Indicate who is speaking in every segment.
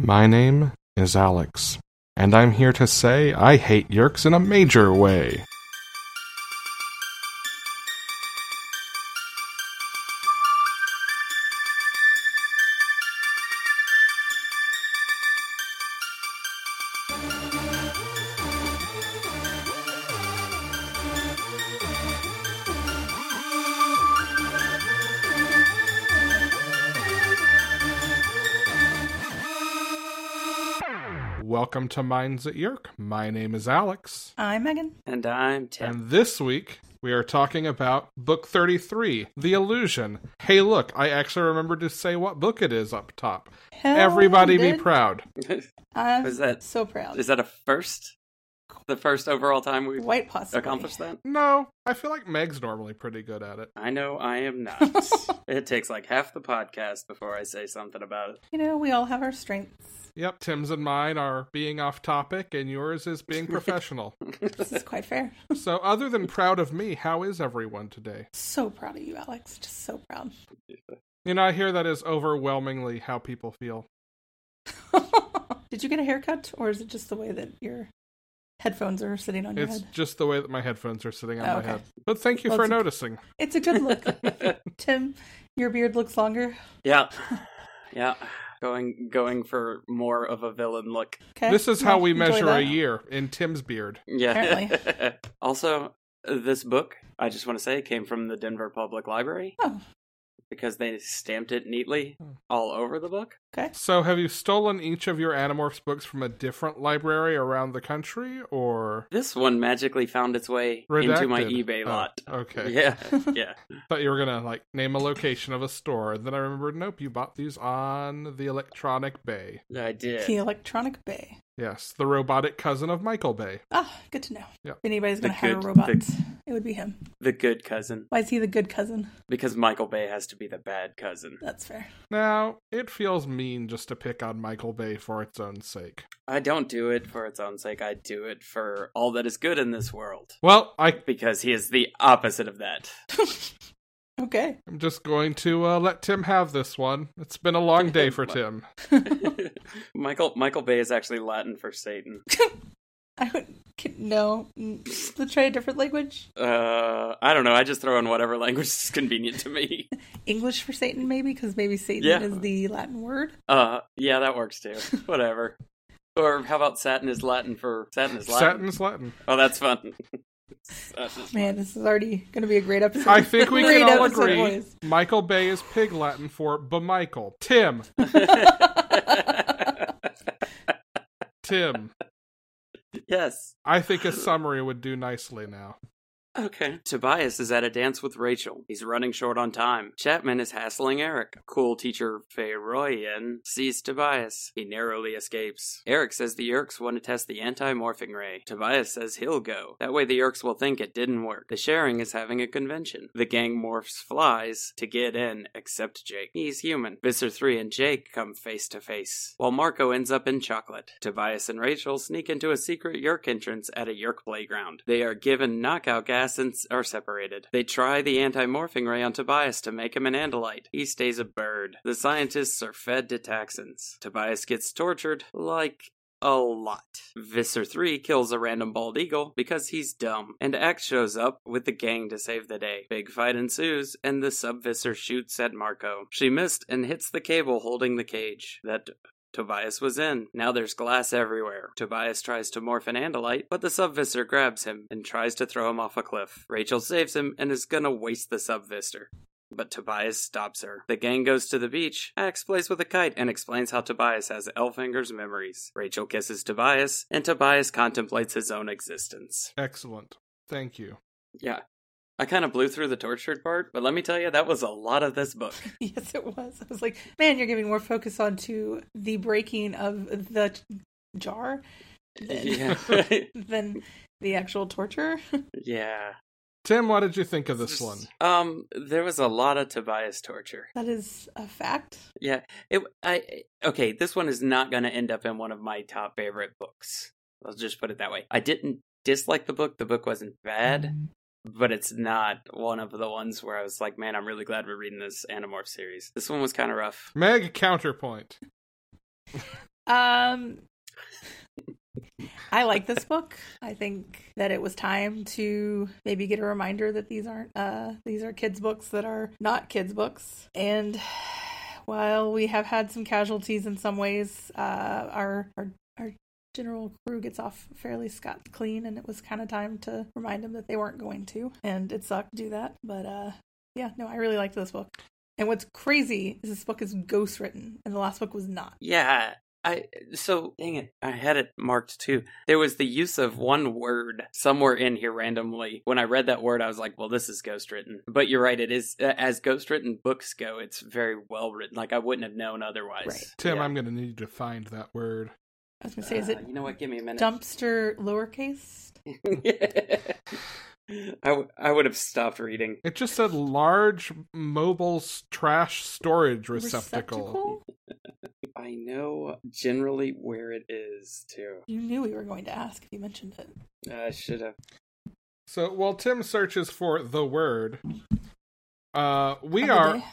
Speaker 1: My name is Alex, and I'm here to say I hate Yerks in a major way. Welcome to Minds at Yerk. My name is Alex,
Speaker 2: I'm Megan.
Speaker 3: And I'm Tim.
Speaker 1: and this week we are talking about Book 33, The Illusion. Hey, look, I actually remembered to say what book it is up top.
Speaker 2: Hell,
Speaker 1: Everybody be
Speaker 2: dude,
Speaker 1: proud.
Speaker 2: I'm
Speaker 3: Was that-
Speaker 2: so proud.
Speaker 3: Is that a first? The first overall time we've
Speaker 2: Quite possibly.
Speaker 3: accomplished that?
Speaker 1: No, I feel like Meg's normally pretty good at it.
Speaker 3: I know I am not. it takes like half the podcast before I say something about it.
Speaker 2: You know, we all have our strengths.
Speaker 1: Yep, Tim's and mine are being off topic, and yours is being professional.
Speaker 2: This is quite fair.
Speaker 1: so, other than proud of me, how is everyone today?
Speaker 2: So proud of you, Alex. Just so proud.
Speaker 1: You know, I hear that is overwhelmingly how people feel.
Speaker 2: Did you get a haircut, or is it just the way that your headphones are sitting on your
Speaker 1: It's
Speaker 2: head?
Speaker 1: just the way that my headphones are sitting on
Speaker 2: Oh,
Speaker 1: my
Speaker 2: okay.
Speaker 1: head. But thank you
Speaker 2: Well,
Speaker 1: for
Speaker 2: it's-
Speaker 1: noticing.
Speaker 2: It's a good look. Tim, your beard looks longer.
Speaker 3: Yeah. Yeah. Going going for more of a villain look.
Speaker 2: Okay.
Speaker 1: This is how
Speaker 2: Yeah,
Speaker 1: we
Speaker 2: enjoy
Speaker 1: measure
Speaker 2: that.
Speaker 1: a year in Tim's beard.
Speaker 3: Yeah.
Speaker 2: Apparently.
Speaker 3: also, this book, I just want to say, came from the Denver Public Library
Speaker 2: Oh,
Speaker 3: because they stamped it neatly
Speaker 1: Hmm.
Speaker 3: all over the book.
Speaker 2: okay.
Speaker 1: So, have you stolen each of your Animorphs books from a different library around the country, or
Speaker 3: This one magically found its way into my
Speaker 1: Redacted.
Speaker 3: eBay
Speaker 1: Oh,
Speaker 3: lot.
Speaker 1: Okay,
Speaker 3: Yeah. Yeah.
Speaker 1: thought you were gonna like name a location of a store, and then I remembered, nope, you bought these on the Electronic Bay.
Speaker 3: I did.
Speaker 2: The electronic bay.
Speaker 1: Yes, the robotic cousin of Michael Bay.
Speaker 2: Ah, good to know.
Speaker 1: Yeah.
Speaker 2: If anybody's
Speaker 3: The
Speaker 2: going to hire a
Speaker 3: good-
Speaker 2: robot,
Speaker 3: the-
Speaker 2: it would be him.
Speaker 3: The good cousin.
Speaker 2: Why is he the good cousin?
Speaker 3: Because Michael Bay has to be the bad cousin.
Speaker 2: That's fair.
Speaker 1: Now, it feels mean just to pick on Michael Bay for its own sake.
Speaker 3: I don't do it for its own sake. I do it for all that is good in this world.
Speaker 1: Well, I
Speaker 3: Because he is the opposite of that.
Speaker 2: Okay.
Speaker 1: I'm just going to uh, let Tim have this one. It's been a long day for Tim.
Speaker 3: Michael Michael Bay is actually Latin for Satan.
Speaker 2: I would kid- no. mm, Let's try a different language.
Speaker 3: Uh, I don't know. I just throw in whatever language is convenient to me.
Speaker 2: English for Satan, maybe, because maybe Satan
Speaker 3: Yeah.
Speaker 2: is the Latin word.
Speaker 3: Uh, yeah, that works too. Whatever. Or how about Satin is Latin for Satin is Latin?
Speaker 1: Satin's Latin.
Speaker 3: Oh, that's fun. Satin is
Speaker 2: Man, this is already going to be a great episode.
Speaker 1: I think we
Speaker 2: Great
Speaker 1: can all
Speaker 2: episode,
Speaker 1: agree
Speaker 2: boys.
Speaker 1: Michael Bay is pig Latin for Bemichael. Tim.
Speaker 3: Latin.
Speaker 1: Tim.
Speaker 3: yes.
Speaker 1: I think a summary would do nicely now.
Speaker 3: Okay. Tobias is at a dance with Rachel. He's running short on time. Chapman is hassling Eric. Cool teacher Feroyan sees Tobias. He narrowly escapes. Eric says the Yerks want to test the anti morphing ray. Tobias says he'll go. That way the Yerks will think it didn't work. The sharing is having a convention. The gang morphs flies to get in, except Jake. He's human. Visser 3 and Jake come face to face, while Marco ends up in chocolate. Tobias and Rachel sneak into a secret Yerk entrance at a Yerk playground. They are given knockout gas and s- are separated. They try the anti morphing ray on Tobias to make him an Andalite. He stays a bird. The scientists are fed to taxons. Tobias gets tortured like a lot. Visser 3 kills a random bald eagle because he's dumb, and Axe shows up with the gang to save the day. Big fight ensues, and the sub-Visser shoots at Marco. She missed and hits the cable holding the cage that Tobias was in. Now there's glass everywhere. Tobias tries to morph an Andalite, but the subvisor grabs him and tries to throw him off a cliff. Rachel saves him and is gonna waste the subvisor. But Tobias stops her. The gang goes to the beach. Axe plays with a kite and explains how Tobias has Elfinger's memories. Rachel kisses Tobias, and Tobias contemplates his own existence.
Speaker 1: Excellent. Thank you.
Speaker 3: Yeah. I kind of blew through the tortured part, but let me tell you, that was a lot of this book.
Speaker 2: Yes, it was. I was like, man, you're giving more focus on to the breaking of the t- jar than,
Speaker 3: yeah.
Speaker 2: than the actual torture.
Speaker 3: yeah.
Speaker 1: Tim, what did you think of this one?
Speaker 3: Um, there was a lot of Tobias torture.
Speaker 2: That is a fact.
Speaker 3: Yeah. It I okay, this one is not going to end up in one of my top favorite books. I'll just put it that way. I didn't dislike the book. The book wasn't bad, but it's not one of the ones where I was like, "Man, I'm really glad we're reading this Animorph series." This one was kind of rough.
Speaker 1: Meg counterpoint.
Speaker 2: Um, I like this book. I think that it was time to maybe get a reminder that these aren't uh these are kids books that are not kids books. And while we have had some casualties in some ways, uh our our our general crew gets off fairly scot clean and it was kind of time to remind them that they weren't going to and it sucked to do that but uh yeah no i really liked this book and what's crazy is this book is ghost written and the last book was not
Speaker 3: Yeah. I so dang it, I had it marked too. There was the use of one word somewhere in here randomly. When I read that word, I was like, "Well, this is ghostwritten." But you're right; it is uh, as ghostwritten books go. It's very well written. Like I wouldn't have known otherwise.
Speaker 2: Right.
Speaker 1: Tim,
Speaker 3: Yeah.
Speaker 1: I'm going to need you to find that word.
Speaker 2: i was gonna say is it
Speaker 3: Uh, you know what? Give me a minute.
Speaker 2: dumpster lowercase
Speaker 3: I, w- I would have stopped reading.
Speaker 1: It just said large mobile s- trash storage receptacle.
Speaker 3: I know generally where it is too.
Speaker 2: You knew we were going to ask if you mentioned it.
Speaker 3: I should have.
Speaker 1: So while Tim searches for the word, uh, we
Speaker 2: Other
Speaker 1: are
Speaker 2: day.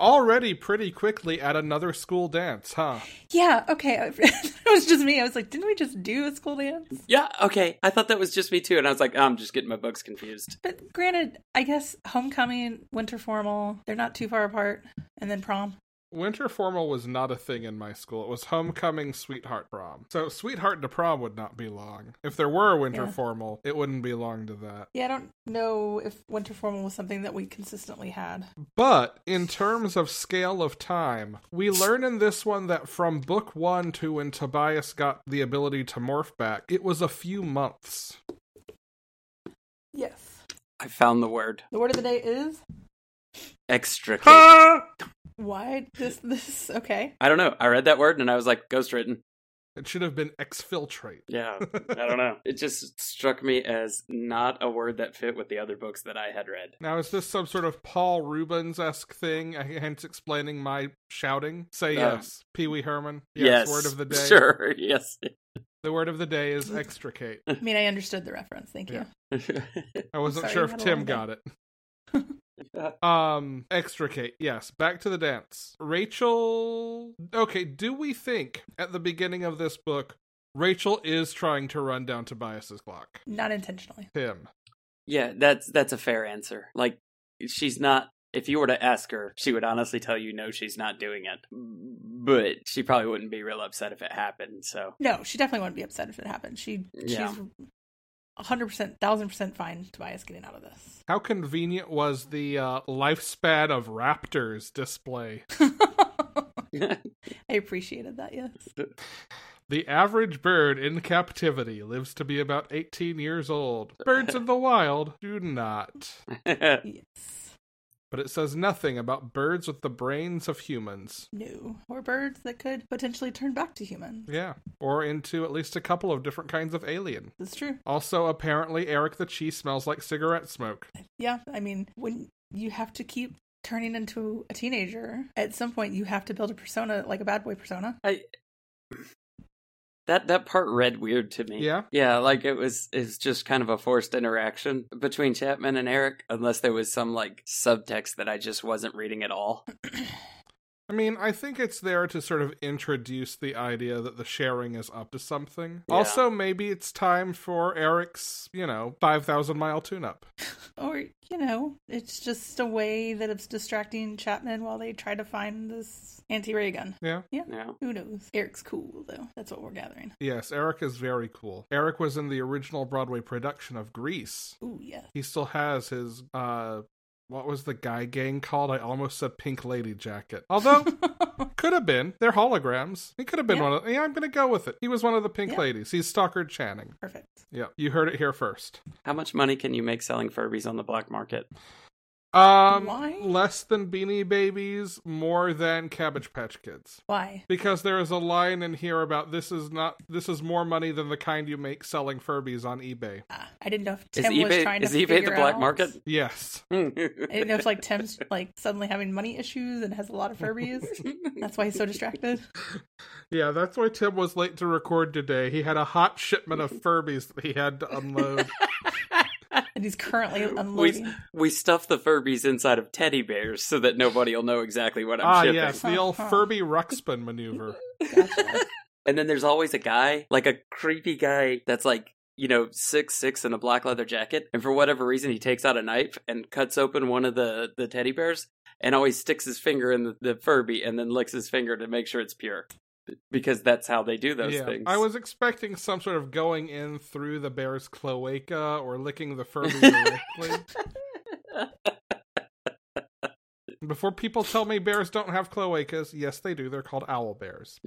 Speaker 1: already pretty quickly at another school dance, huh?
Speaker 2: Yeah. Okay. I- it was just me. I was like, didn't we just do a school dance?
Speaker 3: Yeah, okay. I thought that was just me too, and I was like, "Oh, I'm just getting my books confused.
Speaker 2: But granted, I guess homecoming, winter formal, they're not too far apart, and then prom.
Speaker 1: Winter formal was not a thing in my school. It was homecoming, sweetheart prom. So sweetheart to prom would not be long. If there were a winter
Speaker 2: Yeah.
Speaker 1: formal, it wouldn't be long to that.
Speaker 2: Yeah, I don't know if winter formal was something that we consistently had.
Speaker 1: But in terms of scale of time, we learn in this one that from book one to when Tobias got the ability to morph back, it was a few months.
Speaker 2: Yes.
Speaker 3: I found the word
Speaker 2: The word of the day is
Speaker 3: extricate.
Speaker 1: Ah!
Speaker 2: why this this okay.
Speaker 3: I don't know. I read that word and I was like, ghostwritten.
Speaker 1: It should have been exfiltrate.
Speaker 3: Yeah, I don't know. It just struck me as not a word that fit with the other books that I had read.
Speaker 1: Now, is this some sort of Paul Rubens esque thing, hence explaining my shouting? Say
Speaker 3: Uh,
Speaker 1: yes. Pee Wee Herman.
Speaker 3: Yes.
Speaker 1: Word of the day.
Speaker 3: Sure. Yes.
Speaker 1: The word of the day is extricate.
Speaker 2: I mean I understood the reference, thank you.
Speaker 1: Yeah. I wasn't
Speaker 2: sorry,
Speaker 1: sure
Speaker 2: you
Speaker 1: if
Speaker 2: had a
Speaker 1: Tim
Speaker 2: long
Speaker 1: got it. Um, extricate. Yes, back to the dance. Rachel. Okay, do we think at the beginning of this book, Rachel is trying to run down Tobias's clock?
Speaker 2: Not intentionally.
Speaker 1: Tim.
Speaker 3: yeah, that's that's a fair answer. Like she's not if you were to ask her, she would honestly tell you no, she's not doing it. But she probably wouldn't be real upset if it happened. So
Speaker 2: No, she definitely wouldn't be upset if it happened. She
Speaker 3: Yeah.
Speaker 2: she's hundred percent, thousand percent fine Tobias getting out of this.
Speaker 1: How convenient was the uh, lifespan of raptors display?
Speaker 2: I appreciated that, yes.
Speaker 1: The average bird in captivity lives to be about 18 years old. Birds of the wild do not.
Speaker 2: Yes.
Speaker 1: But it says nothing about birds with the brains of humans.
Speaker 2: No. Or birds that could potentially turn back to humans.
Speaker 1: Yeah, or into at least a couple of different kinds of alien.
Speaker 2: That's true.
Speaker 1: Also, apparently, Eric the Cheese smells like cigarette smoke.
Speaker 2: Yeah. I mean, when you have to keep turning into a teenager, at some point you have to build a persona, like a bad boy persona.
Speaker 3: That that part read weird to me.
Speaker 1: Yeah?
Speaker 3: yeah, like it was it's just kind of a forced interaction between Chapman and Eric, unless there was some like subtext that I just wasn't reading at all.
Speaker 1: I mean, I think it's there to sort of introduce the idea that the sharing is up to something.
Speaker 3: Yeah.
Speaker 1: Also, maybe it's time for Eric's, you know, 5,000 mile tune up.
Speaker 2: Or, you know, it's just a way that it's distracting Chapman while they try to find this anti ray gun.
Speaker 1: Yeah?
Speaker 3: Yeah,
Speaker 2: Who knows? Eric's cool, though. That's what we're gathering.
Speaker 1: Yes, Eric is very cool. Eric was in the original Broadway production of Grease.
Speaker 2: Ooh, yes.
Speaker 1: He still has his, uh, what was the guy gang called? I almost said Pink Lady Jacket. Although, Could have been. They're holograms. He could have been
Speaker 2: Yeah.
Speaker 1: one of. Yeah, I'm going to go with it. He was one of the Pink
Speaker 2: Yeah.
Speaker 1: Ladies. He's Stockard Channing.
Speaker 2: Perfect.
Speaker 1: Yeah, you heard it here first.
Speaker 3: How much money can you make selling Furbies on the black market?
Speaker 1: Um,
Speaker 2: Why?
Speaker 1: less than Beanie Babies, more than Cabbage Patch Kids.
Speaker 2: Why?
Speaker 1: Because there is a line in here about this is not this is more money than the kind you make selling Furbies on eBay.
Speaker 2: Ah, I didn't know if
Speaker 3: Is
Speaker 2: Tim was
Speaker 3: eBay
Speaker 2: trying
Speaker 3: is
Speaker 2: to
Speaker 3: eBay the
Speaker 2: figure
Speaker 3: black
Speaker 2: out-
Speaker 3: market?
Speaker 1: Yes.
Speaker 2: I didn't know if like Tim's like suddenly having money issues and has a lot of Furbies. That's why he's so distracted.
Speaker 1: Yeah, that's why Tim was late to record today. He had a hot shipment of Furbies that he had to unload.
Speaker 2: And he's currently
Speaker 3: we,
Speaker 2: unloading.
Speaker 3: we stuff the Furbies inside of teddy bears so that nobody will know exactly what I'm
Speaker 1: ah,
Speaker 3: shipping.
Speaker 1: yes, the old
Speaker 2: Huh, huh.
Speaker 1: Furby Ruxpin maneuver.
Speaker 2: Gotcha.
Speaker 3: And then there's always a guy, like a creepy guy that's like, you know, six six in a black leather jacket, and for whatever reason he takes out a knife and cuts open one of the the teddy bears and always sticks his finger in the, the Furby and then licks his finger to make sure it's pure. Because that's how they do those things.
Speaker 1: I was expecting some sort of going in through the bear's cloaca or licking the Furby directly. Before people tell me bears don't have cloacas, yes, they do. They're called owl bears.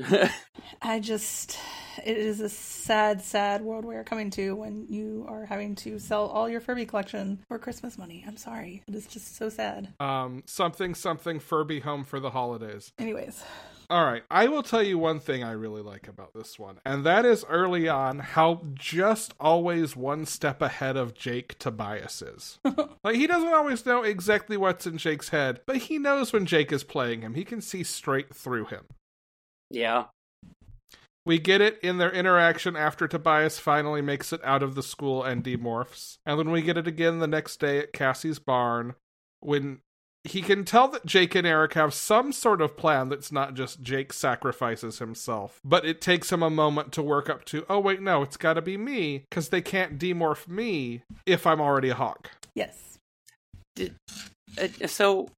Speaker 2: I just, it is a sad, sad world we are coming to when you are having to sell all your Furby collection for Christmas money. I'm sorry. It is just so sad.
Speaker 1: Um, something, something Furby home for the holidays.
Speaker 2: Anyways,
Speaker 1: All right, I will tell you one thing I really like about this one, and that is early on how just always one step ahead of Jake Tobias is. like, he doesn't always know exactly what's in Jake's head, but he knows when Jake is playing him. He can see straight through him.
Speaker 3: yeah.
Speaker 1: We get it in their interaction after Tobias finally makes it out of the school and demorphs. And then we get it again the next day at Cassie's barn when he can tell that Jake and Eric have some sort of plan that's not just Jake sacrifices himself. But it takes him a moment to work up to, oh, wait, no, it's gotta be me, because they can't demorph me if I'm already a hawk.
Speaker 2: yes.
Speaker 3: Uh, so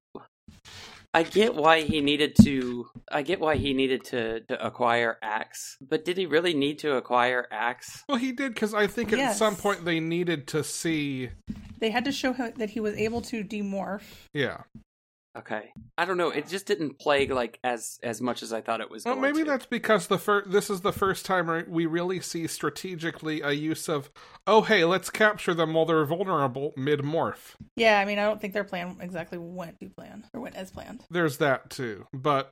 Speaker 3: I get why he needed to I get why he needed to, to acquire axe, but did he really need to acquire axe?
Speaker 1: Well, he did, because I think at
Speaker 2: Yes.
Speaker 1: some point they needed to see.
Speaker 2: They had to show him that he was able to demorph.
Speaker 1: Yeah.
Speaker 3: Okay. I don't know, it just didn't plague like as as much as I thought it was
Speaker 1: Well,
Speaker 3: going
Speaker 1: maybe
Speaker 3: to.
Speaker 1: that's because the fir- this is the first time re- we really see strategically a use of, oh hey, let's capture them while they're vulnerable mid morph.
Speaker 2: Yeah, I mean, I don't think their plan exactly went to plan or went as planned.
Speaker 1: There's that too, but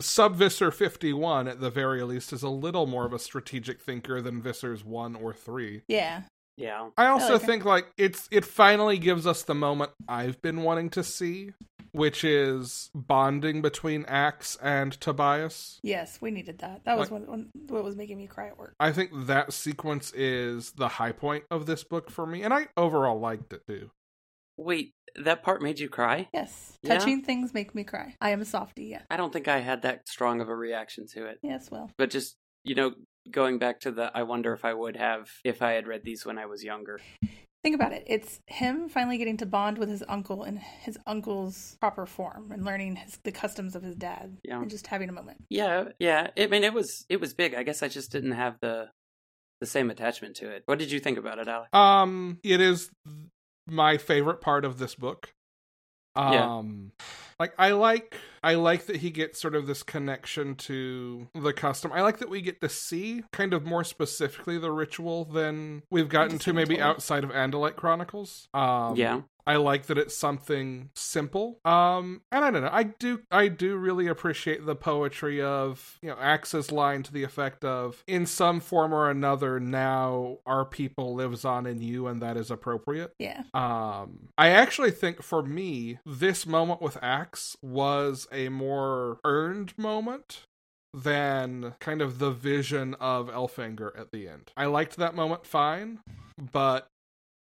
Speaker 1: Subvisor 51 at the very least is a little more of a strategic thinker than Visser's 1 or 3.
Speaker 2: Yeah.
Speaker 3: Yeah.
Speaker 1: I also
Speaker 2: like it.
Speaker 1: think like it's it finally gives us the moment I've been wanting to see, which is bonding between Axe and Tobias.
Speaker 2: Yes, we needed that. That was
Speaker 1: Like-
Speaker 2: one, one, what was making me cry at work.
Speaker 1: I think that sequence is the high point of this book for me, and I overall liked it too.
Speaker 3: Wait, that part made you cry?
Speaker 2: Yes.
Speaker 3: Yeah.
Speaker 2: Touching things make me cry. I am a softie, yes.
Speaker 3: I don't think I had that strong of a reaction to it.
Speaker 2: Yes, well.
Speaker 3: But just, you know, going back to the I wonder if I would have if I had read these when I was younger.
Speaker 2: Think about it. It's him finally getting to bond with his uncle in his uncle's proper form and learning his, the customs of his dad
Speaker 3: Yeah.
Speaker 2: and just having a moment.
Speaker 3: Yeah, yeah. I mean it was it was big. I guess I just didn't have the the same attachment to it. What did you think about it, Alec?
Speaker 1: Um, it is th- my favorite part of this book.
Speaker 3: Yeah.
Speaker 1: Um, like I like I like that he gets sort of this connection to the custom. I like that we get to see kind of more specifically the ritual than we've gotten to maybe
Speaker 2: Totally.
Speaker 1: outside of Andalite Chronicles. Um,
Speaker 3: yeah.
Speaker 1: I like that it's something simple. Um, and I don't know. I do. I do really appreciate the poetry of you know Axe's line to the effect of, "In some form or another, now our people lives on in you, and that is appropriate."
Speaker 2: Yeah.
Speaker 1: Um, I actually think for me, this moment with Axe was a more earned moment than kind of the vision of Elfinger at the end. I liked that moment fine, but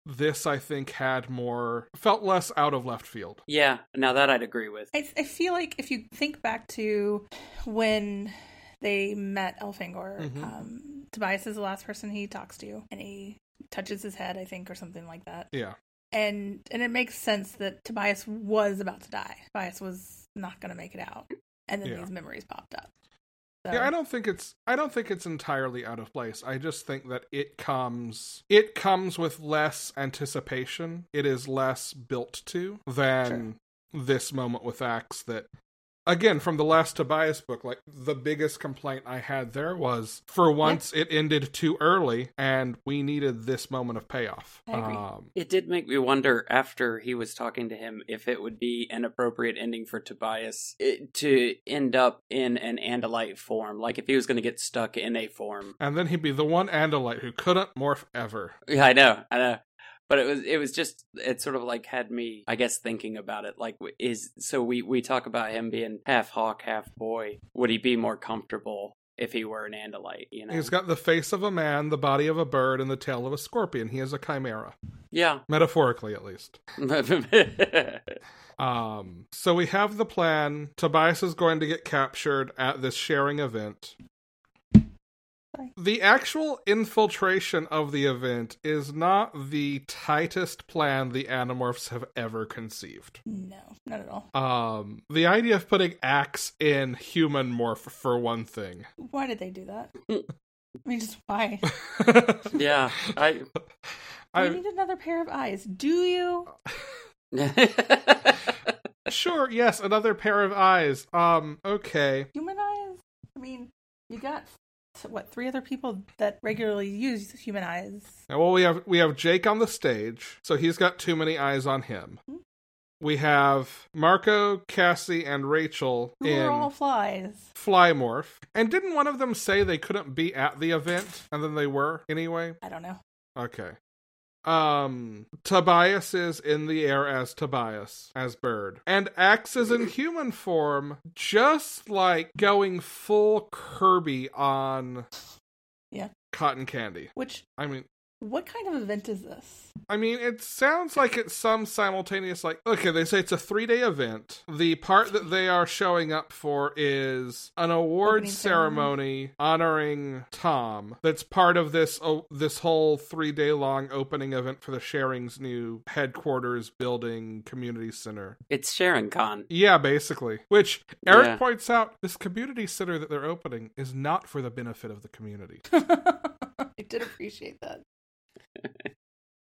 Speaker 1: this I think had more felt less out of left field.
Speaker 3: Yeah, now that I'd agree with.
Speaker 2: I, I feel like if you think back to when they met Elfangor,
Speaker 1: Mhm.
Speaker 3: Mm-hmm.
Speaker 2: um, Tobias is the last person he talks to, and he touches his head, I think, or something like that.
Speaker 1: Yeah.
Speaker 2: And and it makes sense that Tobias was about to die. Tobias was not going to make it out, and then
Speaker 1: Yeah.
Speaker 2: these memories popped up. So,
Speaker 1: Yeah, I don't think it's I don't think it's entirely out of place. I just think that it comes it comes with less anticipation. It is less built to than this moment with Axe that again from the last Tobias book, like the biggest complaint I had there was for once it ended too early and we needed this moment of payoff.
Speaker 2: I agree.
Speaker 1: Um
Speaker 3: It did make me wonder after he was talking to him if it would be an appropriate ending for Tobias eh, to end up in an Andalite form, like if he was going to get stuck in a form.
Speaker 1: and then he'd be the one Andalite who couldn't morph ever.
Speaker 3: Yeah, I know, I know. But it was it was just it sort of like had me I guess thinking about it like w- is so we we talk about him being half hawk half boy would he be more comfortable if he were an Andalite you know
Speaker 1: He's got the face of a man, the body of a bird, and the tail of a scorpion. He is a chimera.
Speaker 3: yeah
Speaker 1: Metaphorically at least. Um, so we have the plan. Tobias is going to get captured at this sharing event.
Speaker 2: say.
Speaker 1: The actual infiltration of the event is not the tightest plan the Animorphs have ever conceived.
Speaker 2: No, not at all.
Speaker 1: Um, the idea of putting Axe in human morph for one thing.
Speaker 2: Why did they do that? I mean, just why?
Speaker 3: Yeah, I.
Speaker 2: I
Speaker 1: I
Speaker 2: need another pair of eyes. Do you?
Speaker 1: sure, yes, another pair of eyes. Um, okay.
Speaker 2: Human eyes? I mean, you got what three other people that regularly use human eyes?
Speaker 1: Now, well, we have we have Jake on the stage, so he's got too many eyes on him.
Speaker 2: Hmm.
Speaker 1: We have Marco, Cassie, and Rachel
Speaker 2: Who
Speaker 1: in
Speaker 2: are all flies?
Speaker 1: Flymorph. And didn't one of them say they couldn't be at the event, and then they were anyway?
Speaker 2: I don't know.
Speaker 1: Okay. Um, Tobias is in the air as Tobias, as Bird, and Axe is in human form, just like going full Kirby on,
Speaker 2: Yeah.
Speaker 1: Cotton Candy.
Speaker 2: Which
Speaker 1: I mean,
Speaker 2: what kind of event is this?
Speaker 1: I mean, it sounds like it's some simultaneous, like, okay, they say it's a three day event. The part that they are showing up for is an award
Speaker 2: Opening
Speaker 1: ceremony honoring Tom. That's part of this oh, this whole three day long opening event for the Sharing's new headquarters building community center.
Speaker 3: it's Sharon Con.
Speaker 1: Yeah, basically. Which Eric
Speaker 3: Yeah.
Speaker 1: points out, this community center that they're opening is not for the benefit of the community.
Speaker 2: I did appreciate that.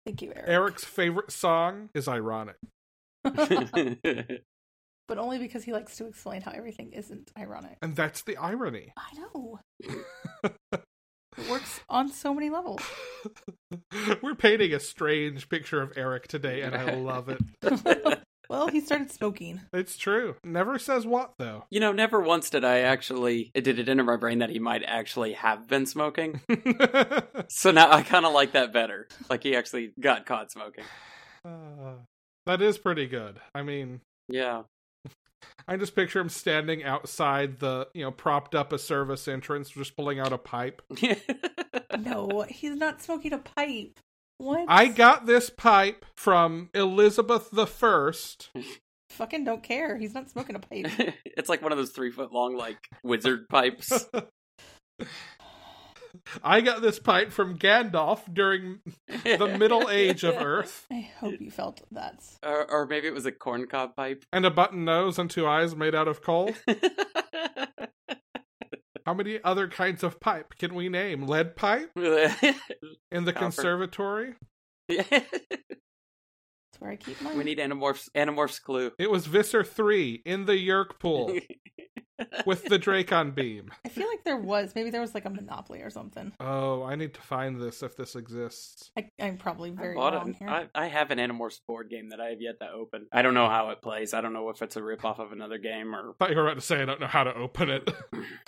Speaker 2: Thank you, Eric.
Speaker 1: Eric's favorite song is ironic.
Speaker 2: but only because he likes to explain how everything isn't ironic.
Speaker 1: And that's the irony.
Speaker 2: I know. it works on so many levels.
Speaker 1: We're painting a strange picture of Eric today, and I love it.
Speaker 2: Well, he started smoking.
Speaker 1: It's true. Never says what, though.
Speaker 3: You know, never once did I actually. It did it enter my brain that he might actually have been smoking.
Speaker 1: Uh,
Speaker 3: So now I kind of like that better. Like he actually got caught smoking.
Speaker 1: Ah, that is pretty good. I mean,
Speaker 3: Yeah.
Speaker 1: I just picture him standing outside the, you know, propped up a service entrance, just pulling out a pipe.
Speaker 2: No, he's not smoking a pipe. What?
Speaker 1: I got this pipe from Elizabeth the First.
Speaker 2: fucking don't care. He's not smoking a pipe.
Speaker 3: it's like one of those three foot long, like, wizard pipes.
Speaker 1: I got this pipe from Gandalf during the Middle Age of Earth.
Speaker 2: I hope you felt that.
Speaker 3: Or, or maybe it was a corncob pipe.
Speaker 1: And a button nose and two eyes made out of coal. How many other kinds of pipe can we name? Lead pipe in the
Speaker 3: Copper.
Speaker 1: conservatory?
Speaker 3: we
Speaker 2: That's where I keep mine.
Speaker 3: need Animorphs, Animorphs clue.
Speaker 1: It was Visser 3 in the Yerk pool with the Dracon beam.
Speaker 2: I feel like there was maybe there was like a monopoly or something.
Speaker 1: Oh, I need to find this if this exists.
Speaker 2: I, I'm probably very
Speaker 3: I, bought
Speaker 2: wrong
Speaker 3: an-
Speaker 2: here.
Speaker 3: I, I have an Animorphs board game that I have yet to open. I don't know how it plays. I don't know if it's a ripoff of another game or
Speaker 1: I thought you were about to say I don't know how to open it.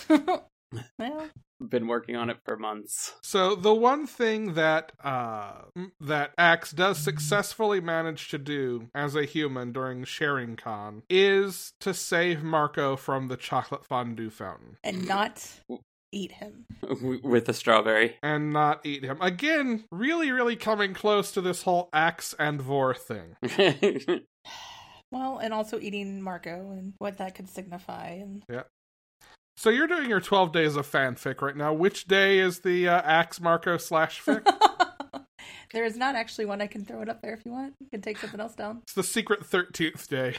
Speaker 2: well,
Speaker 3: been working on it for months.
Speaker 1: So the one thing that uh, m- that Axe does successfully manage to do as a human during Sharing Con is to save Marco from the chocolate fondue fountain.
Speaker 2: and not eat him.
Speaker 3: With a strawberry.
Speaker 1: and not eat him. Again, really, really coming close to this whole axe and vor thing.
Speaker 2: Well, and also eating Marco and what that could signify. And
Speaker 1: So you're doing your 12 days of fanfic right now. Which day is the uh, axe Marco slash fic?
Speaker 2: there is not actually one I can throw it up there if you want. You can take something else down.
Speaker 1: it's the secret 13th day.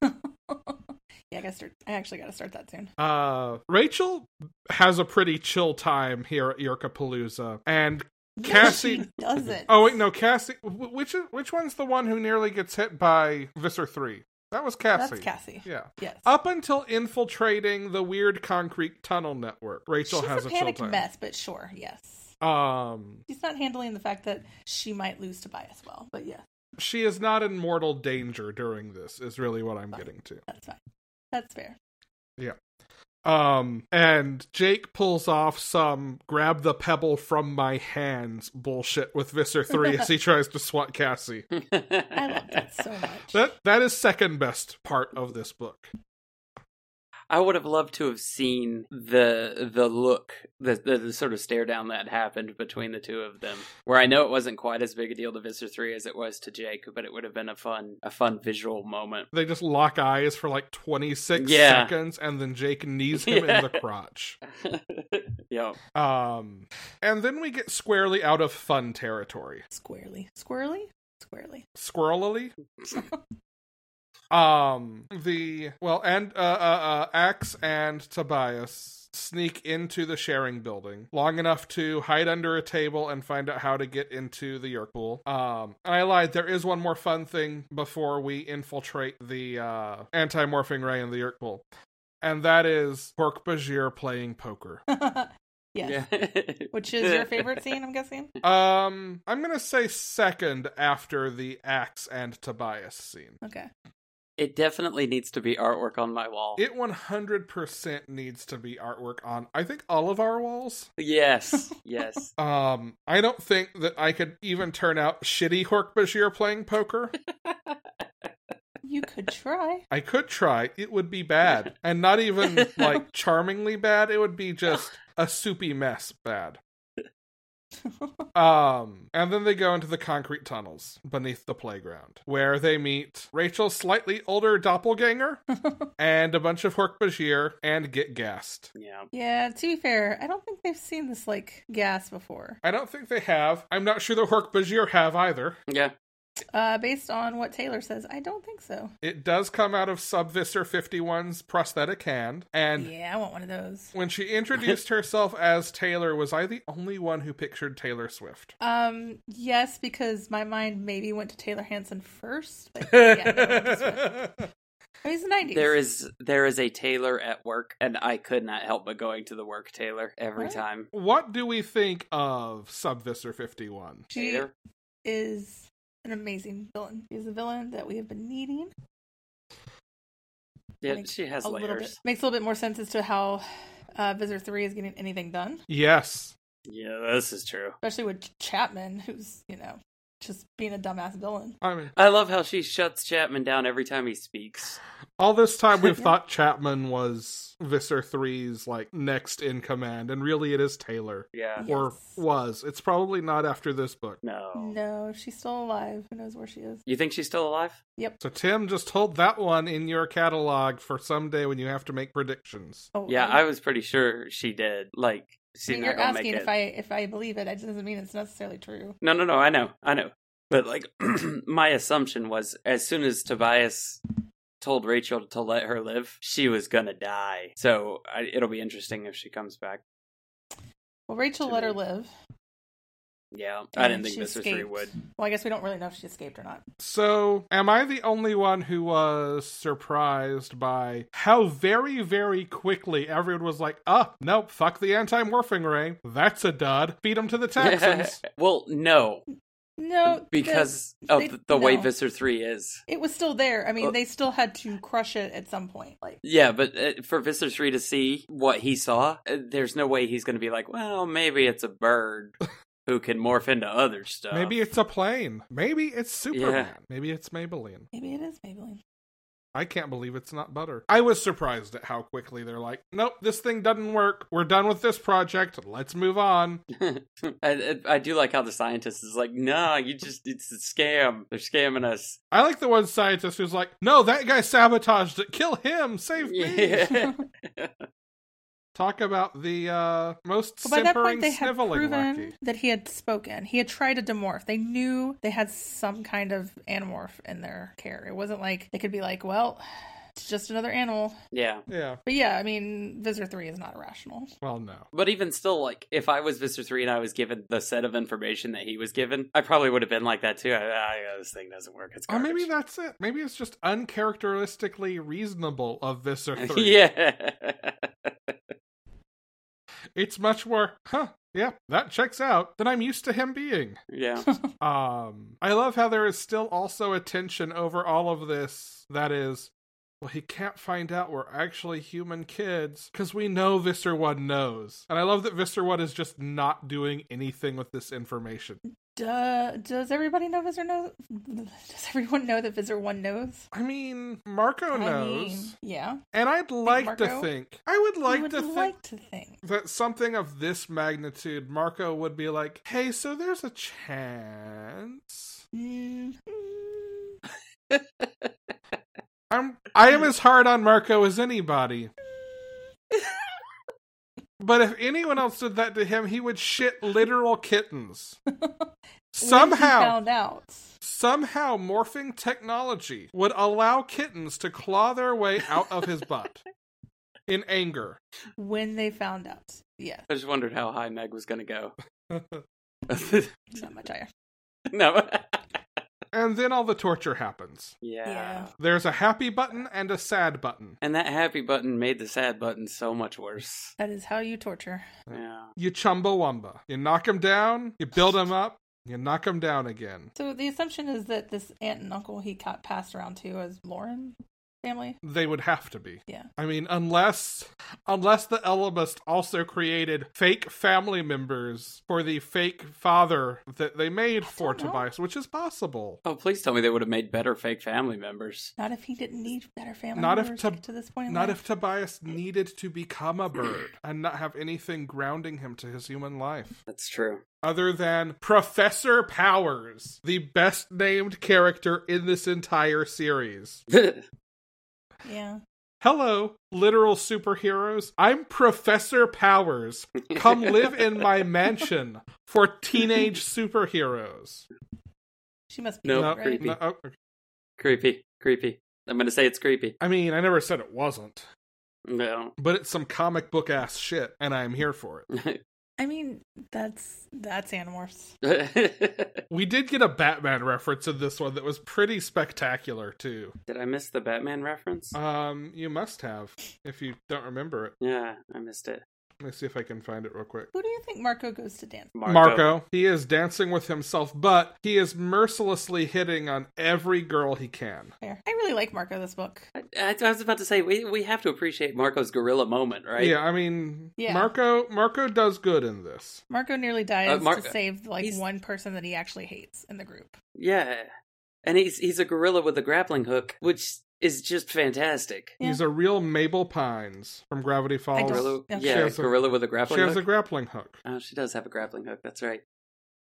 Speaker 2: Yeah, I gotta start. I actually gotta start that soon.
Speaker 1: Uh, Rachel has a pretty chill time here at Yerkapalooza. And
Speaker 2: No,
Speaker 1: Cassie-
Speaker 2: she doesn't.
Speaker 1: oh wait, no, Cassie. wh- Which is- which one's the one who nearly gets hit by Visser three? That was Cassie.
Speaker 2: that's Cassie.
Speaker 1: Yeah.
Speaker 2: Yes.
Speaker 1: Up until infiltrating the weird concrete tunnel network, Rachel
Speaker 2: She's
Speaker 1: has
Speaker 2: a
Speaker 1: a chill
Speaker 2: panicked
Speaker 1: time.
Speaker 2: mess, but sure, yes.
Speaker 1: Um,
Speaker 2: She's not handling the fact that she might lose Tobias well, but yeah,
Speaker 1: she is not in mortal danger during this is really what i'm getting to
Speaker 2: that's fine. That's fair.
Speaker 1: um and jake pulls off some grab the pebble from my hands bullshit with visser 3 as he tries to swat cassie
Speaker 2: I love that so much.
Speaker 1: that that is second best part of this book
Speaker 3: I would have loved to have seen the the look, the, the the sort of stare down that happened between the two of them. Where I know it wasn't quite as big a deal to Visitor Three as it was to Jake, but it would have been a fun a fun visual moment.
Speaker 1: They just lock eyes for like 26
Speaker 3: Yeah.
Speaker 1: seconds and then Jake knees him in the
Speaker 3: Yeah.
Speaker 1: crotch.
Speaker 3: yeah,
Speaker 1: Um, and then we get squarely out of fun territory.
Speaker 2: Squarely. Squarely? Squarely.
Speaker 1: Squirrelily? um, the, well, and, uh, uh, uh, Axe and Tobias sneak into the sharing building long enough to hide under a table and find out how to get into the Yerk pool. Um, and I lied, there is one more fun thing before we infiltrate the, uh, anti-morphing ray in the Yerk pool. And that is Pork Bajir playing poker.
Speaker 2: yes.
Speaker 3: yeah.
Speaker 2: Which is your favorite scene, I'm guessing?
Speaker 1: Um, I'm gonna say second after the axe and Tobias scene.
Speaker 2: Okay.
Speaker 3: It definitely needs to be artwork on my wall.
Speaker 1: It 100% needs to be artwork on, I think, all of our walls.
Speaker 3: yes, yes.
Speaker 1: Um, I don't think that I could even turn out shitty Hork Bashir playing poker.
Speaker 2: You could try.
Speaker 1: I could try. It would be bad. And not even, like, charmingly bad. It would be just a soupy mess bad. Um, and then they go into the concrete tunnels beneath the playground, where they meet Rachel's slightly older doppelganger and a bunch of Hork Bajir and get gassed.
Speaker 3: Yeah.
Speaker 2: yeah, to be fair, I don't think they've seen this like gas before.
Speaker 1: I don't think they have. I'm not sure the Hork Bajir have either.
Speaker 3: Yeah.
Speaker 2: Uh based on what Taylor says, I don't think so.
Speaker 1: It does come out of Subvisor 51's prosthetic hand. And
Speaker 2: yeah, I want one of those.
Speaker 1: when she introduced herself as Taylor, was I the only one who pictured Taylor Swift?
Speaker 2: Um yes, because my mind maybe went to Taylor Hanson first, but yeah, no, it was- I mean, it's the 90s.
Speaker 3: There is there is a tailor at work, and I could not help but going to the work tailor every
Speaker 2: What?
Speaker 3: time.
Speaker 1: what do we think of Subvisor 51?
Speaker 2: she
Speaker 3: Taylor.
Speaker 2: is an amazing villain. She's a villain that we have been needing.
Speaker 3: Yeah,
Speaker 2: like,
Speaker 3: she has
Speaker 2: a little
Speaker 3: layers.
Speaker 2: bit makes a little bit more sense as to how uh, Visitor Three is getting anything done,
Speaker 1: Yes.
Speaker 3: Yeah, this is true.
Speaker 2: especially with Ch- Chapman, who's you know just being a dumbass villain.
Speaker 1: I mean,
Speaker 3: I love how she shuts Chapman down every time he speaks.
Speaker 1: All this time we've
Speaker 2: Yeah.
Speaker 1: thought Chapman was Visser 3's like next in command, and really it is Taylor.
Speaker 3: Yeah.
Speaker 1: Or
Speaker 2: Yes.
Speaker 1: was. It's probably not after this book.
Speaker 3: No.
Speaker 2: No, she's still alive. Who knows where she is?
Speaker 3: You think she's still alive?
Speaker 1: So Tim, just hold that one in your catalog for someday when you have to make predictions.
Speaker 2: Oh,
Speaker 3: Yeah, I was pretty sure she did. Like
Speaker 2: I
Speaker 3: she's
Speaker 2: mean,
Speaker 3: not
Speaker 2: you're
Speaker 3: gonna make
Speaker 2: asking
Speaker 3: it.
Speaker 2: if I if I believe it. It doesn't mean it's necessarily true.
Speaker 3: No, no, no. I know, I know. But like, my assumption was as soon as Tobias told Rachel to let her live, she was gonna die. So I, it'll be interesting if she comes back.
Speaker 2: Well, Rachel
Speaker 3: To
Speaker 2: let her
Speaker 3: me.
Speaker 2: live.
Speaker 3: Yeah, I didn't
Speaker 2: and
Speaker 3: think
Speaker 2: she
Speaker 3: Mister Three
Speaker 2: escaped.
Speaker 3: would. Uh,
Speaker 2: Well, I guess we don't really know if she escaped or not.
Speaker 1: So, am I the only one who was surprised by how very, very quickly everyone was like, ah, nope, fuck the anti morphing ray. That's a dud. Beat him to the Texans.
Speaker 3: well, no,
Speaker 2: No,
Speaker 3: because
Speaker 2: the-
Speaker 3: of
Speaker 2: they-
Speaker 3: the, the way
Speaker 2: no.
Speaker 3: Mister Three is.
Speaker 2: it was still there. I mean,
Speaker 3: Uh,
Speaker 2: they still had to crush it at some point. Like,
Speaker 3: Yeah, but uh, for Mister Three to see what he saw, uh, there's no way he's gonna be like, well, maybe it's a bird who can morph into other stuff.
Speaker 1: Maybe it's a plane. Maybe it's Superman. Maybe it's Maybelline.
Speaker 2: maybe it is Maybelline.
Speaker 1: I can't believe it's not butter. I was surprised at how quickly they're like, nope, this thing doesn't work. We're done with this project. Let's move on.
Speaker 3: I, I, I do like how the scientist is like, nah, you just, it's a scam. They're scamming us.
Speaker 1: I like the one scientist who's like, no, that guy sabotaged it. Kill him. Save me.
Speaker 3: Yeah.
Speaker 1: Talk about the uh, most
Speaker 2: Well, by that
Speaker 1: simpering
Speaker 2: point, they had
Speaker 1: sniveling
Speaker 2: proven
Speaker 1: wacky.
Speaker 2: that he had spoken. He had tried to demorph. They knew they had some kind of anamorph in their care. It wasn't like they could be like, well, it's just another animal.
Speaker 3: yeah.
Speaker 1: Yeah.
Speaker 2: But yeah, I mean, Visitor 3 is not irrational.
Speaker 1: Well, no.
Speaker 3: But even still, like, if I was Mr. 3 and I was given the set of information that he was given, I probably would have been like that too. I, I, this thing doesn't work. It's
Speaker 1: Or
Speaker 3: garbage.
Speaker 1: maybe that's it. Maybe it's just uncharacteristically reasonable of this or three.
Speaker 3: yeah.
Speaker 1: It's much more, huh, yeah, that checks out than I'm used to him being.
Speaker 3: yeah.
Speaker 1: Um, I love how there is still also a tension over all of this. That is, well, he can't find out we're actually human kids because we know Visser One knows, and I love that Visser One is just not doing anything with this information.
Speaker 2: Duh, does everybody know Visor knows? Does everyone know that Visor One knows?
Speaker 1: I mean, Marco knows,
Speaker 2: yeah.
Speaker 1: and I'd like to
Speaker 2: Marco?
Speaker 1: think. I would
Speaker 2: I
Speaker 1: like
Speaker 2: would
Speaker 1: to think
Speaker 2: like to think.
Speaker 1: that something of this magnitude, Marco would be like, "Hey, so there's a chance." Mm-hmm.
Speaker 2: Mm, mm,
Speaker 1: I'm I am as hard on Marco as anybody. but if anyone else did that to him, he would shit literal kittens.
Speaker 2: When he
Speaker 1: Somehow,
Speaker 2: found out.
Speaker 1: somehow morphing technology would allow kittens to claw their way out of his butt in anger.
Speaker 2: When they found out, yeah,
Speaker 3: I just wondered how high Meg was going to go.
Speaker 2: not much higher.
Speaker 3: no.
Speaker 1: and then all the torture happens.
Speaker 3: yeah.
Speaker 2: Yeah.
Speaker 1: There's a happy button and a sad button.
Speaker 3: And that happy button made the sad button so much worse.
Speaker 2: That is how you torture.
Speaker 3: Yeah.
Speaker 1: You chumbawamba. You knock him down, you build him up, you knock him down again.
Speaker 2: So the assumption is that this aunt and uncle he got passed around to as Lauren family.
Speaker 1: They would have to be.
Speaker 2: Yeah.
Speaker 1: I mean, unless unless the Elemist also created fake family members for the fake father that they made for
Speaker 2: don't know.
Speaker 1: Tobias, which is possible.
Speaker 3: Oh, please tell me they would have made better fake family members.
Speaker 2: Not if he didn't need better family
Speaker 1: Not if
Speaker 2: members
Speaker 1: to-
Speaker 2: to, get to this point. In
Speaker 1: Not
Speaker 2: life.
Speaker 1: if Tobias needed to become a bird and not have anything grounding him to his human life.
Speaker 3: That's true.
Speaker 1: Other than Professor Powers, the best named character in this entire series.
Speaker 2: Yeah.
Speaker 1: Hello, literal superheroes. I'm Professor Powers. Come live in my mansion for teenage superheroes.
Speaker 2: She must be
Speaker 3: No,
Speaker 2: dead, right?
Speaker 3: creepy.
Speaker 1: oh, okay.
Speaker 3: creepy. Creepy. I'm going to say it's creepy.
Speaker 1: I mean, I never said it wasn't,
Speaker 3: No.
Speaker 1: but it's some comic book ass shit, and I'm here for it.
Speaker 2: I mean, that's that's Animorphs.
Speaker 3: Did
Speaker 1: We did get a Batman reference in this one that was pretty spectacular too.
Speaker 3: I miss the Batman reference?
Speaker 1: Um, you must have if you don't remember it.
Speaker 3: yeah, I missed it.
Speaker 1: Let me see if I can find it real quick.
Speaker 2: Who do you think Marco goes to dance?
Speaker 3: Marco.
Speaker 1: Marco. He is dancing with himself, but he is mercilessly hitting on every girl he can.
Speaker 2: Fair. I really like Marco this book.
Speaker 3: I, I I was about to say we we have to appreciate Marco's gorilla moment, right?
Speaker 1: Yeah, I mean,
Speaker 2: Yeah.
Speaker 1: Marco Marco does good in this.
Speaker 2: Marco nearly dies
Speaker 3: Uh, Mar-
Speaker 2: to save like
Speaker 3: he's-
Speaker 2: one person that he actually hates in the group.
Speaker 3: Yeah. And he's he's a gorilla with a grappling hook, which is just fantastic.
Speaker 2: Yeah.
Speaker 1: He's a real Mabel Pines from Gravity Falls.
Speaker 2: don't-
Speaker 3: Gorilla,
Speaker 2: Yeah.
Speaker 1: She
Speaker 3: yeah,
Speaker 1: has a-
Speaker 3: gorilla with a
Speaker 1: She
Speaker 3: grappling
Speaker 1: has a
Speaker 3: hook.
Speaker 1: grappling hook.
Speaker 3: oh, she does have a grappling hook. That's right.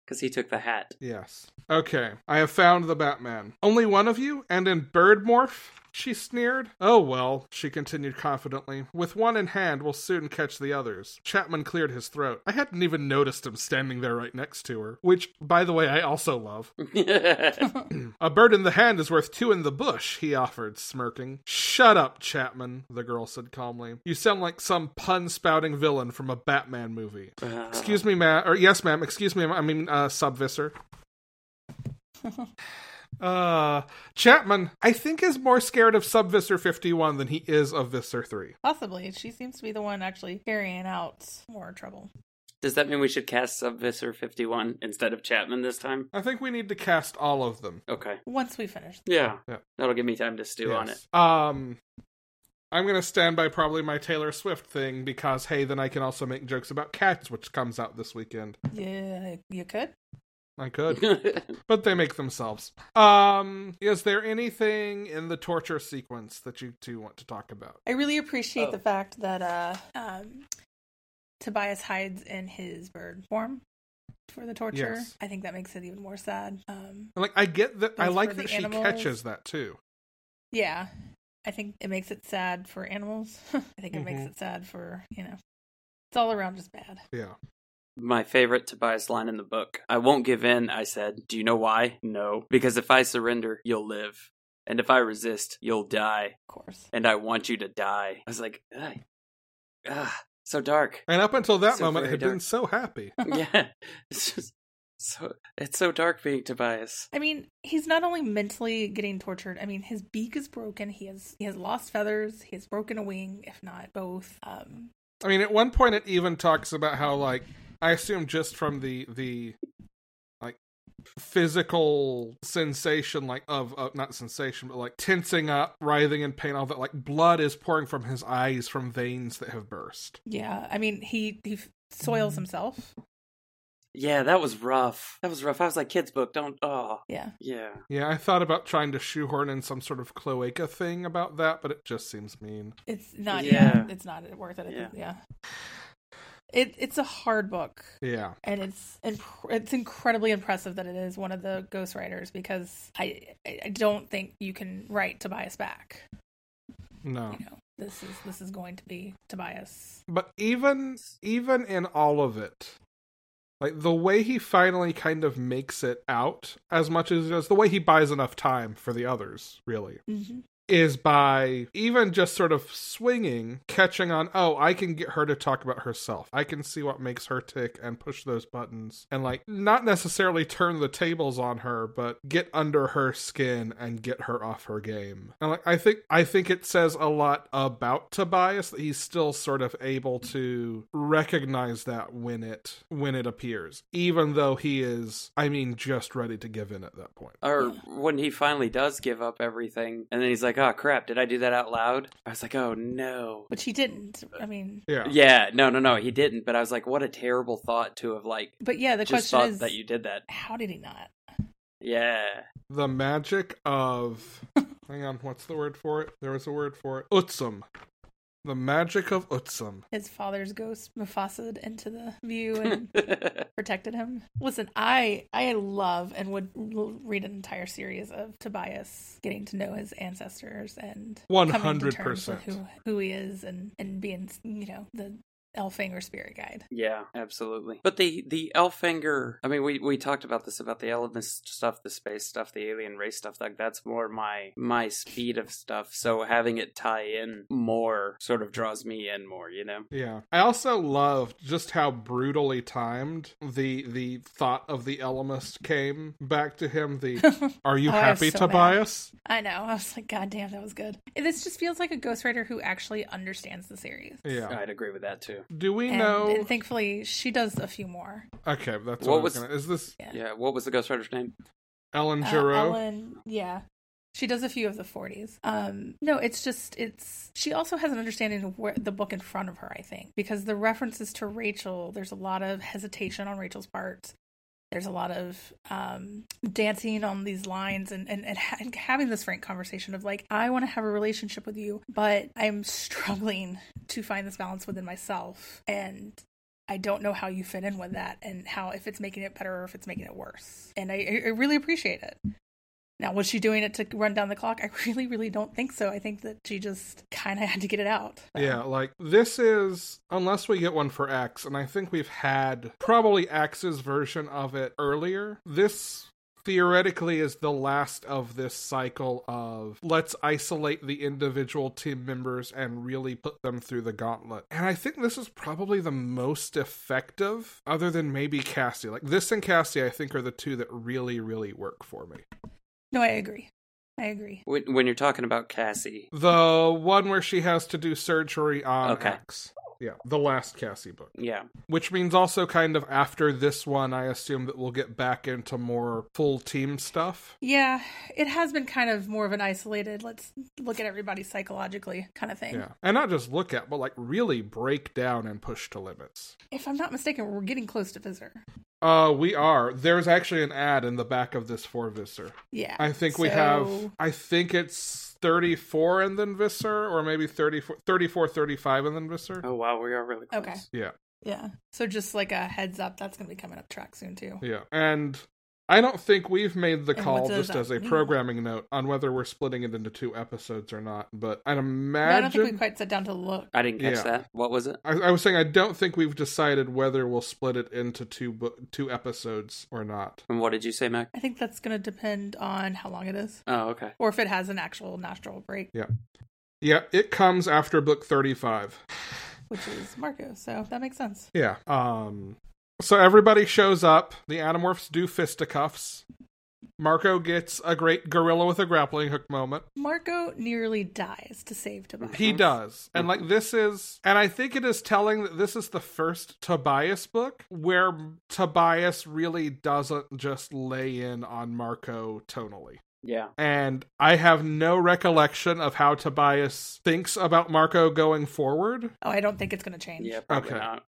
Speaker 3: Because he took the hat.
Speaker 1: Yes. Okay, I have found the Batman. Only one of you, and in bird morph? She sneered. Oh well, she continued confidently. With one in hand, we'll soon catch the others. Chapman cleared his throat. I hadn't even noticed him standing there right next to her, which, by the way, I also love. A bird in the hand is worth two in the bush, he offered, smirking. Shut up, Chapman, the girl said calmly. You sound like some pun spouting villain from a Batman movie. Excuse me, ma'am. Or yes, ma'am. Excuse me. ma'am. I mean, uh, subvisor. uh, Chapman, I think, is more scared of subvisor 51 than he is of Visser 3.
Speaker 2: Possibly. She seems to be the one actually carrying out more trouble.
Speaker 3: Does that mean we should cast Subvisor 51 instead of Chapman this time?
Speaker 1: I think we need to cast all of them.
Speaker 3: Okay.
Speaker 2: Once we finish.
Speaker 3: Yeah.
Speaker 1: Yeah.
Speaker 3: That'll give me time to stew on it.
Speaker 1: Yes. Um, I'm going to stand by probably my Taylor Swift thing because, hey, then I can also make jokes about cats, which comes out this weekend.
Speaker 2: Yeah, you could.
Speaker 1: I could. but they make themselves. Um, is there anything in the torture sequence that you two want to talk about?
Speaker 2: I really appreciate
Speaker 3: Oh.
Speaker 2: the fact that uh um Tobias hides in his bird form for the torture.
Speaker 1: Yes.
Speaker 2: I think that makes it even more sad. Um
Speaker 1: And, Like I get that. I
Speaker 2: Things
Speaker 1: like
Speaker 2: for
Speaker 1: that
Speaker 2: the
Speaker 1: she
Speaker 2: animals.
Speaker 1: catches that too.
Speaker 2: yeah. I think it makes it sad for animals. I think it makes
Speaker 1: Mhm.
Speaker 3: Mm-hmm.
Speaker 2: it sad for, you know. It's all around just bad.
Speaker 1: Yeah.
Speaker 3: My favorite Tobias line in the book I won't give in, I said. Do you know why? No. Because if I surrender, you'll live. And if I resist, you'll die.
Speaker 2: Of course.
Speaker 3: And I want you to die. I was like, ah, ah so dark.
Speaker 1: And up until that
Speaker 3: So
Speaker 1: moment,
Speaker 3: very
Speaker 1: had been
Speaker 3: dark.
Speaker 1: so happy.
Speaker 3: yeah. It's just so, it's so dark being Tobias.
Speaker 2: I mean, he's not only mentally getting tortured. I mean, his beak is broken. He has he has lost feathers. He has broken a wing, if not both. Um,
Speaker 1: I mean, at one point, it even talks about how like I assume just from the the like physical sensation like of, of not sensation but like tensing up writhing in pain all that like blood is pouring from his eyes from veins that have burst
Speaker 3: Mm.
Speaker 2: yeah. I mean, he he soils himself.
Speaker 3: Yeah, that was rough. That was rough. I was like, kids' book, don't. Oh,
Speaker 2: Yeah.
Speaker 3: yeah.
Speaker 1: Yeah, I thought about trying to shoehorn in some sort of cloaca thing about that, but it just seems mean.
Speaker 2: It's not yeah.
Speaker 3: Yeah.
Speaker 2: it's not worth it. I
Speaker 3: Yeah.
Speaker 2: think. yeah. It it's a hard book.
Speaker 1: Yeah.
Speaker 2: and it's imp- it's incredibly impressive that it is one of the ghostwriters because I I I don't think you can write Tobias back.
Speaker 1: No.
Speaker 2: You know, this is this is going to be Tobias.
Speaker 1: But even even in all of it, like the way he finally kind of makes it out, as much as as the way he buys enough time for the others, really,
Speaker 3: Mm-hmm.
Speaker 1: is by even just sort of swinging, catching on, oh, I can get her to talk about herself. I can see what makes her tick and push those buttons and, like, not necessarily turn the tables on her, but get under her skin and get her off her game. And, like, I think, I think it says a lot about Tobias that he's still sort of able to recognize that when it, when it appears, even though he is, I mean, just ready to give in at that point.
Speaker 3: Or
Speaker 2: Yeah.
Speaker 3: when he finally does give up everything, and then he's like, oh, crap, did I do that out loud? I was like, oh, no.
Speaker 2: Which he didn't. I mean,
Speaker 1: Yeah.
Speaker 3: Yeah, no, no, no, he didn't. But I was like, what a terrible thought to have, like,
Speaker 2: but yeah, the
Speaker 3: just thought
Speaker 2: question is
Speaker 3: that you did that.
Speaker 2: how did he not?
Speaker 3: Yeah.
Speaker 1: the magic of hang on what's the word for it there was a word for it utsum the magic of utsum
Speaker 2: His father's ghost Mufasa'd into the view and protected him. Listen, I I love and would l- read an entire series of Tobias getting to know his ancestors and coming to terms
Speaker 1: 100%.
Speaker 2: with who who he is and and being you know the Elfinger spirit guide.
Speaker 3: Yeah, absolutely. But the the Elfinger, I mean, we we talked about this about the element stuff, the space stuff, the alien race stuff. Like that's more my my speed of stuff. So having it tie in more sort of draws me in more. You know?
Speaker 1: yeah i also love just how brutally timed the the thought of the elemist came back to him the are you
Speaker 2: Oh, I was
Speaker 1: happy
Speaker 2: so mad.
Speaker 1: tobias
Speaker 2: I know. I was like, God damn, that was good. And This just feels like a ghostwriter who actually understands the series.
Speaker 1: yeah
Speaker 3: I'd agree with that too.
Speaker 1: do we
Speaker 2: And,
Speaker 1: know
Speaker 2: and thankfully, she does a few more.
Speaker 1: okay that's what,
Speaker 3: What
Speaker 1: I was
Speaker 3: was-
Speaker 1: gonna is this
Speaker 2: Yeah.
Speaker 3: Yeah. What was the Ghostwriter's name?
Speaker 1: ellen
Speaker 2: Uh,
Speaker 1: Giroux?
Speaker 2: Ellen, yeah. She does a few of the 40s. Um, no, it's just it's she also has an understanding of where the book in front of her, I think, because the references to Rachel, there's a lot of hesitation on Rachel's part. There's a lot of um, dancing on these lines and and, and, ha- and having this frank conversation of like, I want to have a relationship with you, but I'm struggling to find this balance within myself, and I don't know how you fit in with that and how if it's making it better or if it's making it worse. And I, I- I really appreciate it. Now, was she doing it to run down the clock? I really, really don't think so. I think that she just kind of had to get it out. So,
Speaker 1: Yeah, like this is unless we get one for X, and I think we've had probably X's version of it earlier. This theoretically is the last of this cycle of let's isolate the individual team members and really put them through the gauntlet. And I think this is probably the most effective other than maybe Cassie. Like this and Cassie I think are the two that really really work for me.
Speaker 2: No, I agree. I agree.
Speaker 3: When, when you're talking about Cassie.
Speaker 1: The one where she has to do surgery on
Speaker 3: Okay.
Speaker 1: X. Yeah, the last Cassie book.
Speaker 3: Yeah.
Speaker 1: Which means also kind of after this one, I assume that we'll get back into more full team stuff.
Speaker 2: Yeah, it has been kind of more of an isolated, let's look at everybody psychologically kind of thing.
Speaker 1: Yeah. And not just look at, but like really break down and push to limits.
Speaker 2: If I'm not mistaken, we're getting close to Visitor.
Speaker 1: Uh we are. There's actually an ad in the back of this for Visser.
Speaker 2: Yeah.
Speaker 1: I think we
Speaker 2: So-
Speaker 1: have I think it's 34 and then Visser or maybe 34 34 35 and then Visser.
Speaker 3: Oh wow, we are really close.
Speaker 2: Okay.
Speaker 1: Yeah.
Speaker 2: Yeah. So just like a heads up, that's going to be coming up track soon, too.
Speaker 1: Yeah. And I don't think we've made the
Speaker 2: And
Speaker 1: call
Speaker 2: what does
Speaker 1: just
Speaker 2: that
Speaker 1: as a
Speaker 2: mean?
Speaker 1: programming note on whether we're splitting it into two episodes or not, but I'd imagine
Speaker 2: No, I don't think we quite sat down to look.
Speaker 3: I didn't catch
Speaker 1: Yeah.
Speaker 3: that. What was it?
Speaker 1: I, I was saying I don't think we've decided whether we'll split it into two bo- two episodes or not.
Speaker 3: And what did you say, Mac?
Speaker 2: I think that's going to depend on how long it is,
Speaker 3: Oh, okay.
Speaker 2: or if it has an actual natural break,
Speaker 1: Yeah, it comes after book thirty five.
Speaker 2: which is Marco. So that makes sense.
Speaker 1: Yeah. Um. So everybody shows up. The Animorphs do fisticuffs. Marco gets a great gorilla with a grappling hook moment.
Speaker 2: Marco nearly dies to save Tobias.
Speaker 1: He
Speaker 3: Mhm.
Speaker 1: does. And like this is and I think it is telling that this is the first Tobias book where Tobias really doesn't just lay in on Marco tonally.
Speaker 3: Yeah.
Speaker 1: and I have no recollection of how Tobias thinks about Marco going forward.
Speaker 2: Oh, I don't think it's going to change.
Speaker 3: Yeah. Probably
Speaker 1: Okay.
Speaker 3: Not.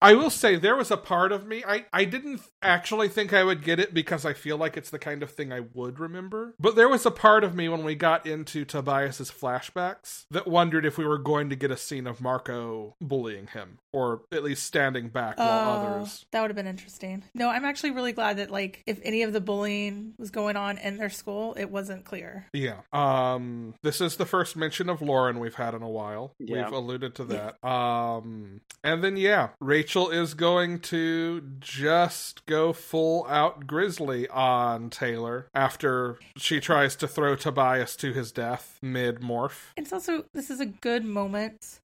Speaker 1: I will say there was a part of me I I didn't actually think I would get it because I feel like it's the kind of thing I would remember. But there was a part of me when we got into Tobias's flashbacks that wondered if we were going to get a scene of Marco bullying him or at least standing back while
Speaker 2: Oh,
Speaker 1: others.
Speaker 2: That would have been interesting. No, I'm actually really glad that like if any of the bullying was going on in their school, it wasn't clear.
Speaker 1: Yeah. Um this is the first mention of Lauren we've had in a while.
Speaker 3: Yeah.
Speaker 1: We've alluded to that. Um and then yeah, Rachel is going to just go full out grizzly on Taylor after she tries to throw Tobias to his death mid morph.
Speaker 2: It's also this is a good moment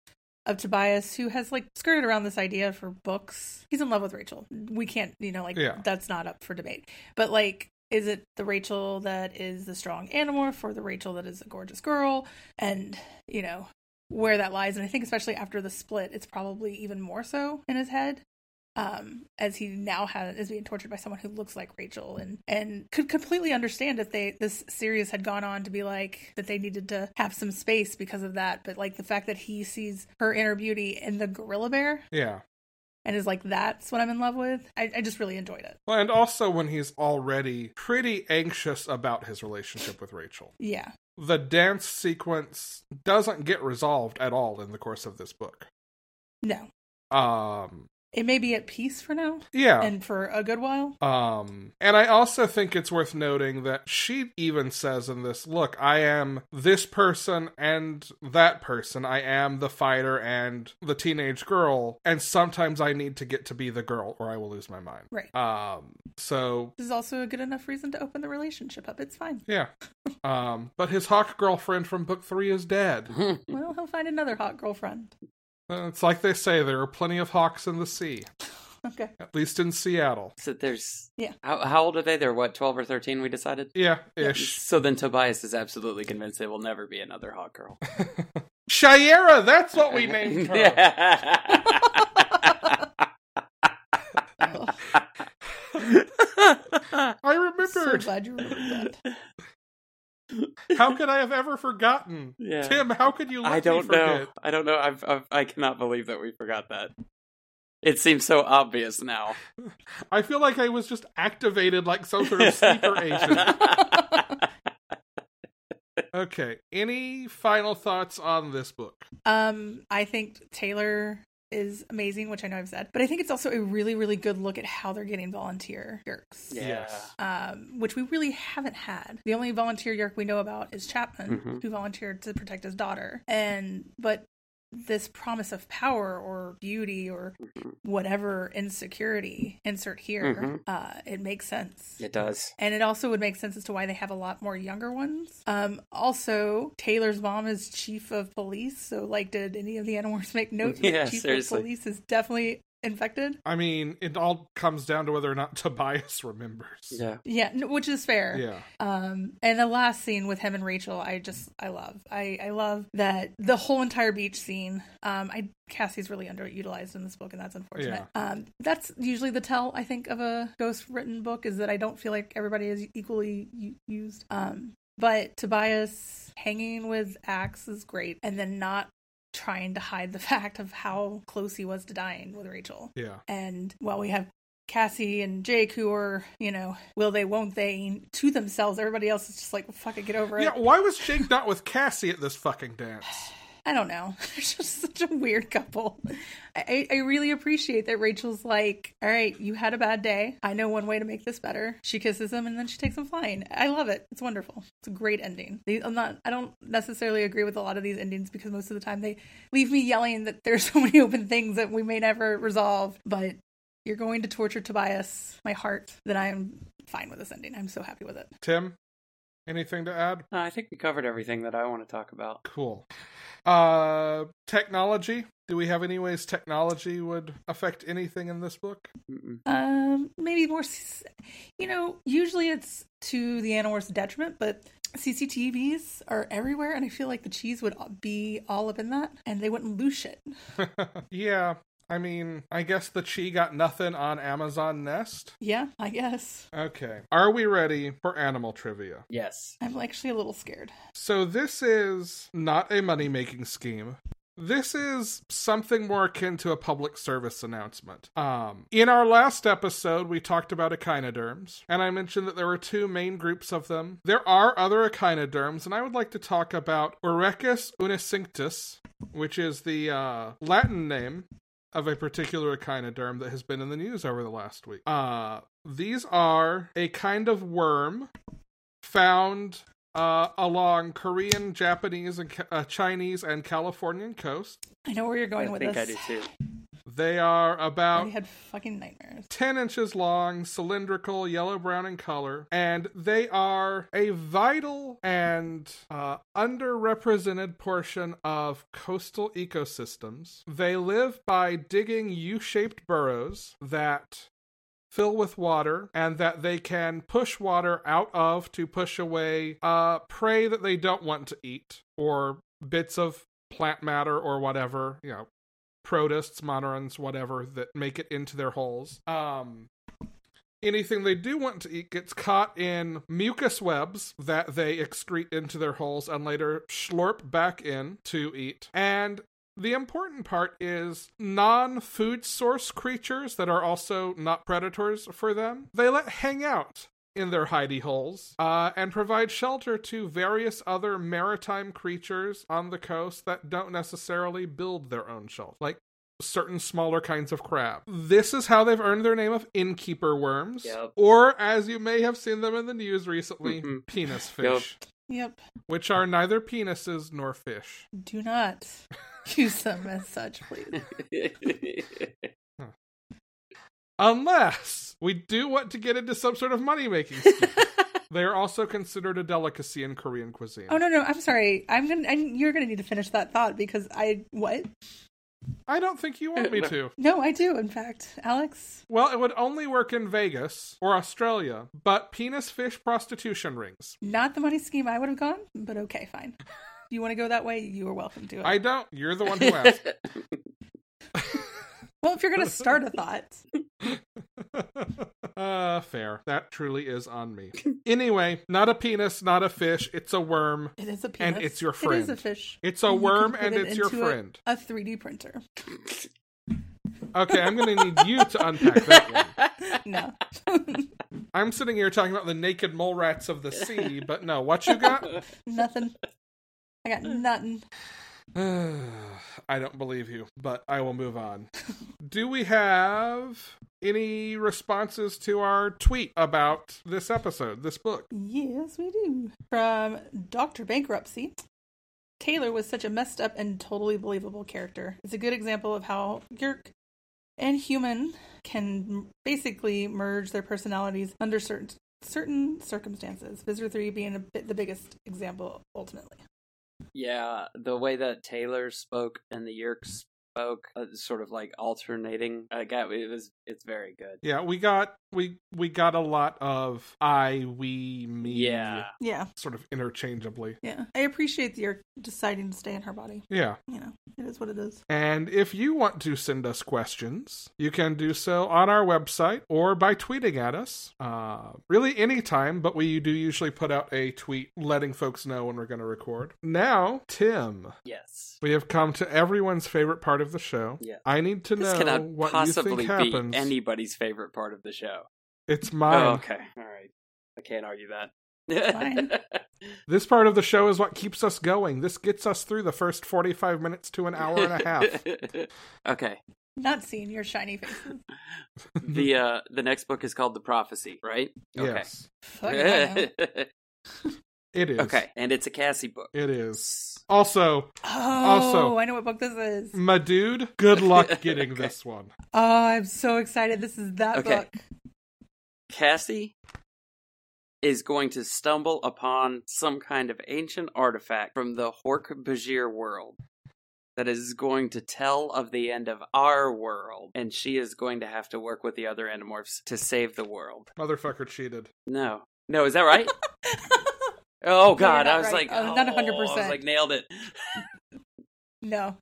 Speaker 2: of Tobias who has like skirted around this idea for books. He's in love with Rachel. We can't, you know, like
Speaker 1: Yeah.
Speaker 2: that's not up for debate. But like is it the Rachel that is the strong animorph or the Rachel that is a gorgeous girl? And, you know, where that lies. And I think especially after the split, it's probably even more so in his head. um, as he now has is being tortured by someone who looks like Rachel and and could completely understand if they this series had gone on to be like that they needed to have some space because of that, but like the fact that he sees her inner beauty in the gorilla bear
Speaker 1: Yeah.
Speaker 2: and is like that's what I'm in love with. I, I just really enjoyed it.
Speaker 1: Well, and also when he's already pretty anxious about his relationship with Rachel.
Speaker 2: Yeah,
Speaker 1: The dance sequence doesn't get resolved at all in the course of this book.
Speaker 2: no,
Speaker 1: Um
Speaker 2: it may be at peace for now
Speaker 1: yeah.
Speaker 2: and for a good while.
Speaker 1: Um, and I also think it's worth noting that she even says in this, look, I am this person and that person. I am the fighter and the teenage girl, and sometimes I need to get to be the girl or I will lose my mind.
Speaker 2: Right.
Speaker 1: Um, so
Speaker 2: This is also a good enough reason to open the relationship up. It's fine.
Speaker 1: yeah. Um, but his hawk girlfriend from book three is dead.
Speaker 2: Well, he'll find another hot girlfriend.
Speaker 1: Uh, It's like they say, there are plenty of hawks in the sea,
Speaker 2: Okay.
Speaker 1: at least in Seattle.
Speaker 3: so there's
Speaker 2: Yeah.
Speaker 3: How, how old are they? They're what, twelve or thirteen? We decided.
Speaker 1: Yeah, ish.
Speaker 3: So then Tobias is absolutely convinced there will never be another hot girl.
Speaker 1: Shiera, that's what we named her.
Speaker 2: Oh,
Speaker 1: I remembered.
Speaker 2: so glad you remembered that.
Speaker 1: How could I have ever forgotten?
Speaker 3: Yeah.
Speaker 1: Tim, how could you let
Speaker 3: I don't
Speaker 1: me
Speaker 3: know.
Speaker 1: forget?
Speaker 3: I don't know. I've, I've, I cannot believe that we forgot that. It seems so obvious now.
Speaker 1: I feel like I was just activated like some sort of sleeper agent. Okay. Any final thoughts on this book?
Speaker 2: Um, I think Taylor is amazing, which I know I've said, but I think it's also a really, really good look at how they're getting volunteer yerks.
Speaker 3: Yeah.
Speaker 1: Yes.
Speaker 2: Um, which we really haven't had. The only volunteer yerk we know about is Chapman,
Speaker 3: Mhm.
Speaker 2: who volunteered to protect his daughter. And but this promise of power or beauty or
Speaker 3: Mhm.
Speaker 2: whatever insecurity insert here,
Speaker 3: Mhm.
Speaker 2: uh, it makes sense.
Speaker 3: It does.
Speaker 2: And it also would make sense as to why they have a lot more younger ones. Um, also, Taylor's mom is chief of police, so like, did any of the animals make note? that
Speaker 3: Yeah,
Speaker 2: chief
Speaker 3: seriously.
Speaker 2: of police is definitely infected.
Speaker 1: I mean, it all comes down to whether or not Tobias remembers.
Speaker 3: Yeah.
Speaker 2: Yeah, no, which is fair.
Speaker 1: Yeah.
Speaker 2: Um, and the last scene with him and Rachel, I just I love. I I love that the whole entire beach scene. Um, I Cassie's really underutilized in this book, and that's unfortunate. Um, that's usually the tell I think of a ghost written book is that I don't feel like everybody is equally u- used. Um, but Tobias hanging with Axe is great, and then not trying to hide the fact of how close he was to dying with Rachel.
Speaker 1: Yeah.
Speaker 2: And while we have Cassie and Jake who are, you know, will they, won't they, to themselves, everybody else is just like, fuck it, get over it.
Speaker 1: Yeah, why was Jake not with Cassie at this fucking dance?
Speaker 2: I don't know. They're just such a weird couple. I, I I really appreciate that Rachel's like, all right, you had a bad day. I know one way to make this better. She kisses him and then she takes him flying. I love it. It's wonderful. It's a great ending. These- I'm not. I don't necessarily agree with a lot of these endings because most of the time they leave me yelling that there's so many open things that we may never resolve. But you're going to torture Tobias, my heart. That I'm fine with this ending. I'm so happy with it.
Speaker 1: Tim, anything to add?
Speaker 3: No, I think we covered everything that I want to talk about.
Speaker 1: Cool. Uh technology. Do we have any ways technology would affect anything in this book?
Speaker 3: Mm-mm.
Speaker 2: Um, maybe more, s- you know, usually it's to the Animorphs' detriment, but CCTVs are everywhere, and I feel like the cheese would be all up in that, and they wouldn't lose shit.
Speaker 1: yeah. I mean, I guess the Chi got nothing on Amazon Nest.
Speaker 2: Yeah, I guess.
Speaker 1: Okay. Are we ready for animal trivia?
Speaker 3: Yes.
Speaker 2: I'm actually a little scared.
Speaker 1: So, this is not a money making scheme. This is something more akin to a public service announcement. Um, in our last episode, we talked about echinoderms, and I mentioned that there were two main groups of them. There are other echinoderms, and I would like to talk about Orecus unicinctus, which is the uh, Latin name of a particular echinoderm that has been in the news over the last week. Uh, these are a kind of worm found uh, along Korean, Japanese, and Ca- uh, Chinese and Californian coast.
Speaker 2: I know where you're going
Speaker 3: I
Speaker 2: with
Speaker 3: think
Speaker 2: this.
Speaker 3: I do too.
Speaker 1: They are
Speaker 2: I
Speaker 1: about
Speaker 2: already had fucking nightmares.
Speaker 1: 10 inches long, cylindrical, yellow brown in color, and they are a vital and uh, underrepresented portion of coastal ecosystems. They live by digging U shaped burrows that fill with water and that they can push water out of to push away uh, prey that they don't want to eat or bits of plant matter or whatever, you know, protists, monorans, whatever that make it into their holes. Um, anything they do want to eat gets caught in mucus webs that they excrete into their holes and later slurp back in to eat. And the important part is non food source creatures that are also not predators for them. They let hang out in their hidey holes uh, and provide shelter to various other maritime creatures on the coast that don't necessarily build their own shelter, like certain smaller kinds of crab. This is how they've earned their name of innkeeper worms,
Speaker 3: Yep.
Speaker 1: or as you may have seen them in the news recently,
Speaker 3: Mhm.
Speaker 1: penis fish,
Speaker 2: Yep.
Speaker 1: which are neither penises nor fish.
Speaker 2: Do not use them as such, please.
Speaker 1: Unless we do want to get into some sort of money making scheme. they are also considered a delicacy in Korean cuisine.
Speaker 2: Oh no, no. I'm sorry. I'm gonna. I, you're gonna need to finish that thought because I what?
Speaker 1: I don't think you want me to.
Speaker 2: No, I do. In fact, Alex.
Speaker 1: Well, it would only work in Vegas or Australia, but penis fish prostitution rings.
Speaker 2: Not the money scheme I would have gone, but okay, fine. You want to go that way? You are welcome to it.
Speaker 1: I don't. You're the one who asked.
Speaker 2: well, if you're gonna start a thought,
Speaker 1: uh, fair. That truly is on me. Anyway, not a penis, not a fish. It's a worm.
Speaker 2: it is a penis.
Speaker 1: And it's your
Speaker 2: It is a
Speaker 1: friend.
Speaker 2: fish.
Speaker 1: It's a
Speaker 2: You can
Speaker 1: worm
Speaker 2: put
Speaker 1: and
Speaker 2: it
Speaker 1: it's your
Speaker 2: into a-
Speaker 1: friend.
Speaker 2: A 3D printer.
Speaker 1: Okay, I'm going to need you to unpack that one.
Speaker 2: No.
Speaker 1: I'm sitting here talking about the naked mole rats of the sea, but no, what you got?
Speaker 2: nothing. I got nothing.
Speaker 1: I don't believe you, but I will move on. Do we have any responses to our tweet about this episode, this book?
Speaker 2: Yes, we do. From Dr. Bankruptcy. Taylor was such a messed up and totally believable character. It's a good example of how Yerk and human can m- basically merge their personalities under certain certain circumstances. Visitor 3 being a bit the biggest example ultimately.
Speaker 3: yeah, the way that Taylor spoke and the Yerks spoke, uh, sort of like alternating. Like, I- it was, it's very good.
Speaker 1: Yeah, we got we we got a lot of I, we, me,
Speaker 3: Yeah,
Speaker 2: Yeah.
Speaker 1: sort of interchangeably.
Speaker 2: Yeah. I appreciate the Yerk deciding to stay in her body.
Speaker 1: Yeah.
Speaker 2: You know, it is what it is.
Speaker 1: And if you want to send us questions, you can do so on our website or by tweeting at us. Uh, really, anytime, but we do usually put out a tweet letting folks know when we're going to record. Now, Tim,
Speaker 3: yes.
Speaker 1: we have come to everyone's favorite part of the show.
Speaker 3: Yeah.
Speaker 1: I need to
Speaker 3: This
Speaker 1: know
Speaker 3: cannot
Speaker 1: what you think
Speaker 3: possibly be
Speaker 1: happens.
Speaker 3: anybody's favorite part of the show.
Speaker 1: It's
Speaker 3: Oh,
Speaker 1: mine.
Speaker 3: okay. All right. I can't argue that.
Speaker 2: Fine.
Speaker 1: This part of the show is what keeps us going. This gets us through the first 45 minutes to an hour and a half.
Speaker 3: okay.
Speaker 2: Not seeing your shiny faces.
Speaker 3: The uh the next book is called The Prophecy, right? Okay.
Speaker 1: Yes, Oh,
Speaker 2: Fuck I know.
Speaker 1: it is.
Speaker 3: okay. And it's a Cassie book.
Speaker 1: It is. Also,
Speaker 2: Oh,
Speaker 1: Also-
Speaker 2: I know what book this is.
Speaker 1: My dude, good luck getting
Speaker 3: Okay.
Speaker 1: this one.
Speaker 2: Oh, I'm so excited. This is that
Speaker 3: Okay.
Speaker 2: book.
Speaker 3: Cassie is going to stumble upon some kind of ancient artifact from the Hork Bajir world that is going to tell of the end of our world, and she is going to have to work with the other Animorphs to save the world.
Speaker 1: Motherfucker cheated.
Speaker 3: No. No, is that right? Oh god,
Speaker 2: not
Speaker 3: I was
Speaker 2: right.
Speaker 3: like
Speaker 2: Oh, not
Speaker 3: oh, I
Speaker 2: 100%.
Speaker 3: was like nailed it.
Speaker 2: no,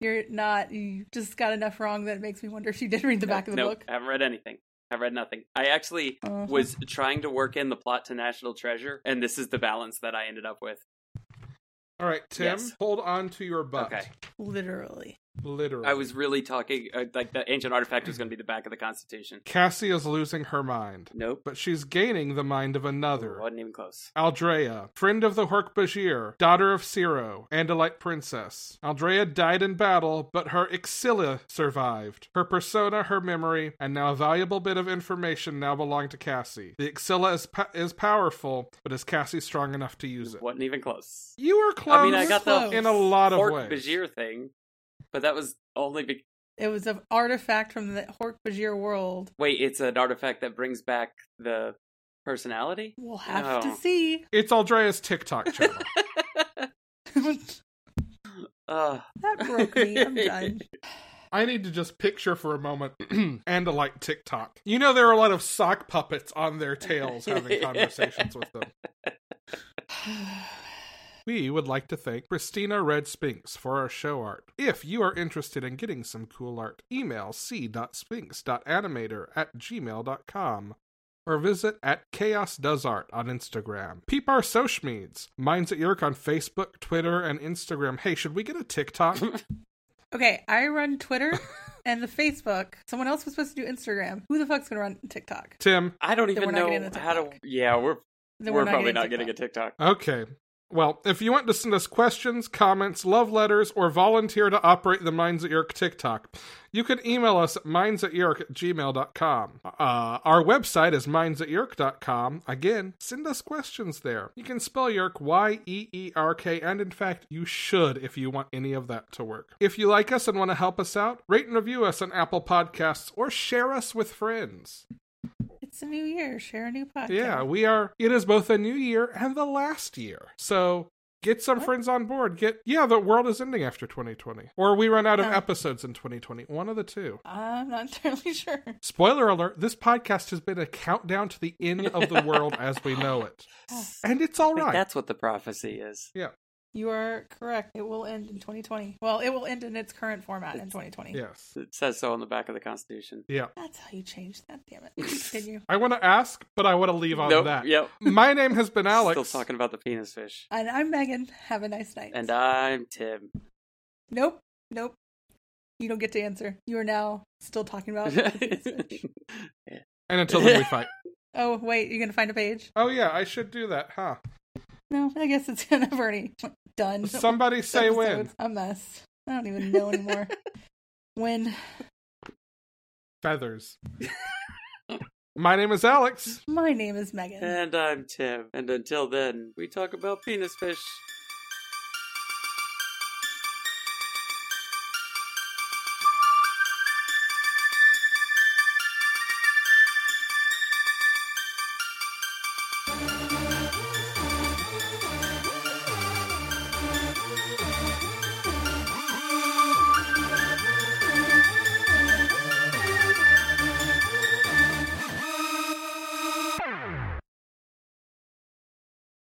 Speaker 2: you're not. You just got enough wrong that it makes me wonder if you did read the back of the
Speaker 3: no,
Speaker 2: book.
Speaker 3: I haven't read anything. I've read nothing. I actually
Speaker 2: Uh-huh.
Speaker 3: was trying to work in the plot to National Treasure, and this is the balance that I ended up with.
Speaker 1: All right, Tim,
Speaker 3: Yes.
Speaker 1: hold on to your butt.
Speaker 3: Okay.
Speaker 2: Literally.
Speaker 1: Literally.
Speaker 3: I was really talking uh, like the ancient artifact was going to be the back of the Constitution.
Speaker 1: Cassie is losing her mind,
Speaker 3: Nope.
Speaker 1: but she's gaining the mind of another.
Speaker 3: Wasn't even close.
Speaker 1: Aldrea, friend of the Hork-Bajir, daughter of Ciro, Andalite princess. Aldrea died in battle, but her Ixilla survived. Her persona, her memory, and now a valuable bit of information now belong to Cassie. The Ixilla is, po- is powerful, but is Cassie strong enough to use it?
Speaker 3: Wasn't even close.
Speaker 1: You were close
Speaker 3: I mean, I got the
Speaker 2: Close.
Speaker 1: in a lot of
Speaker 3: Orc
Speaker 1: ways.
Speaker 3: Bajir thing, but that was only. Be-
Speaker 2: It was an artifact from the Hork Bajir world.
Speaker 3: Wait, it's an artifact that brings back the personality.
Speaker 2: We'll have
Speaker 3: No.
Speaker 2: to see.
Speaker 1: It's Aldrea's TikTok channel.
Speaker 2: that
Speaker 3: Ugh.
Speaker 2: broke me. I'm done.
Speaker 1: I need to just picture for a moment and a like TikTok. You know there are a lot of sock puppets on their tails having conversations with them. We would like to thank Christina Red Spinks for our show art. If you are interested in getting some cool art, email c.spinks.animator at gmail.com or visit at Chaos Does Art on Instagram. Peep our socials. Mine's at Yerk on Facebook, Twitter, and Instagram. Hey, should we get a TikTok?
Speaker 2: okay, I run Twitter and the Facebook. Someone else was supposed to do Instagram. Who the fuck's gonna run TikTok?
Speaker 1: Tim.
Speaker 3: I don't
Speaker 2: Then
Speaker 3: even
Speaker 2: we're not getting
Speaker 3: know
Speaker 2: the
Speaker 3: how to.
Speaker 2: TikTok.
Speaker 3: Yeah, we're
Speaker 2: Then
Speaker 3: we're, probably not
Speaker 2: TikTok.
Speaker 3: getting a TikTok.
Speaker 1: Okay. Well, if you want to send us questions, comments, love letters, or volunteer to operate the Minds at York TikTok, you can email us at minds at gmail.com. Uh, our website is minds at com. Again, send us questions there. You can spell Yerk Y E E R K, and in fact, you should if you want any of that to work. If you like us and want to help us out, rate and review us on Apple Podcasts or share us with friends.
Speaker 2: It's a new year. Share a new podcast.
Speaker 1: Yeah, we are. It is both a new year and the last year. So get some
Speaker 2: What?
Speaker 1: friends on board. Get yeah, the world is ending after 2020, or we run out of
Speaker 2: Oh.
Speaker 1: episodes in 2020. One of the two.
Speaker 2: I'm not entirely sure.
Speaker 1: Spoiler alert: This podcast has been a countdown to the end of the world as we know it, and it's all
Speaker 3: I think
Speaker 1: right.
Speaker 3: that's what the prophecy is.
Speaker 1: yeah,
Speaker 2: You are correct. It will end in 2020. Well, it will end in its current format in 2020.
Speaker 1: yes,
Speaker 3: It says so on the back of the Constitution.
Speaker 1: yeah.
Speaker 2: That's how you change that. Damn it. Continue.
Speaker 1: I want to ask, but I want to leave on
Speaker 3: nope.
Speaker 1: that.
Speaker 3: Yep.
Speaker 1: My name has been Alex.
Speaker 3: Still talking about the penis fish.
Speaker 2: And I'm Megan. Have a nice night.
Speaker 3: And uh, I'm Tim.
Speaker 2: nope. Nope. You don't get to answer. You are now still talking about.
Speaker 1: And until then, we fight.
Speaker 2: oh wait, you're gonna find a page?
Speaker 1: Oh yeah, I should do that, huh?
Speaker 2: No, I guess it's gonna Bernie. Done.
Speaker 1: Somebody say when.
Speaker 2: Episode's A mess. I don't even know anymore. when
Speaker 1: Feathers. My name is Alex.
Speaker 2: my name is Megan.
Speaker 3: and I'm Tim. And until then, we talk about penis fish.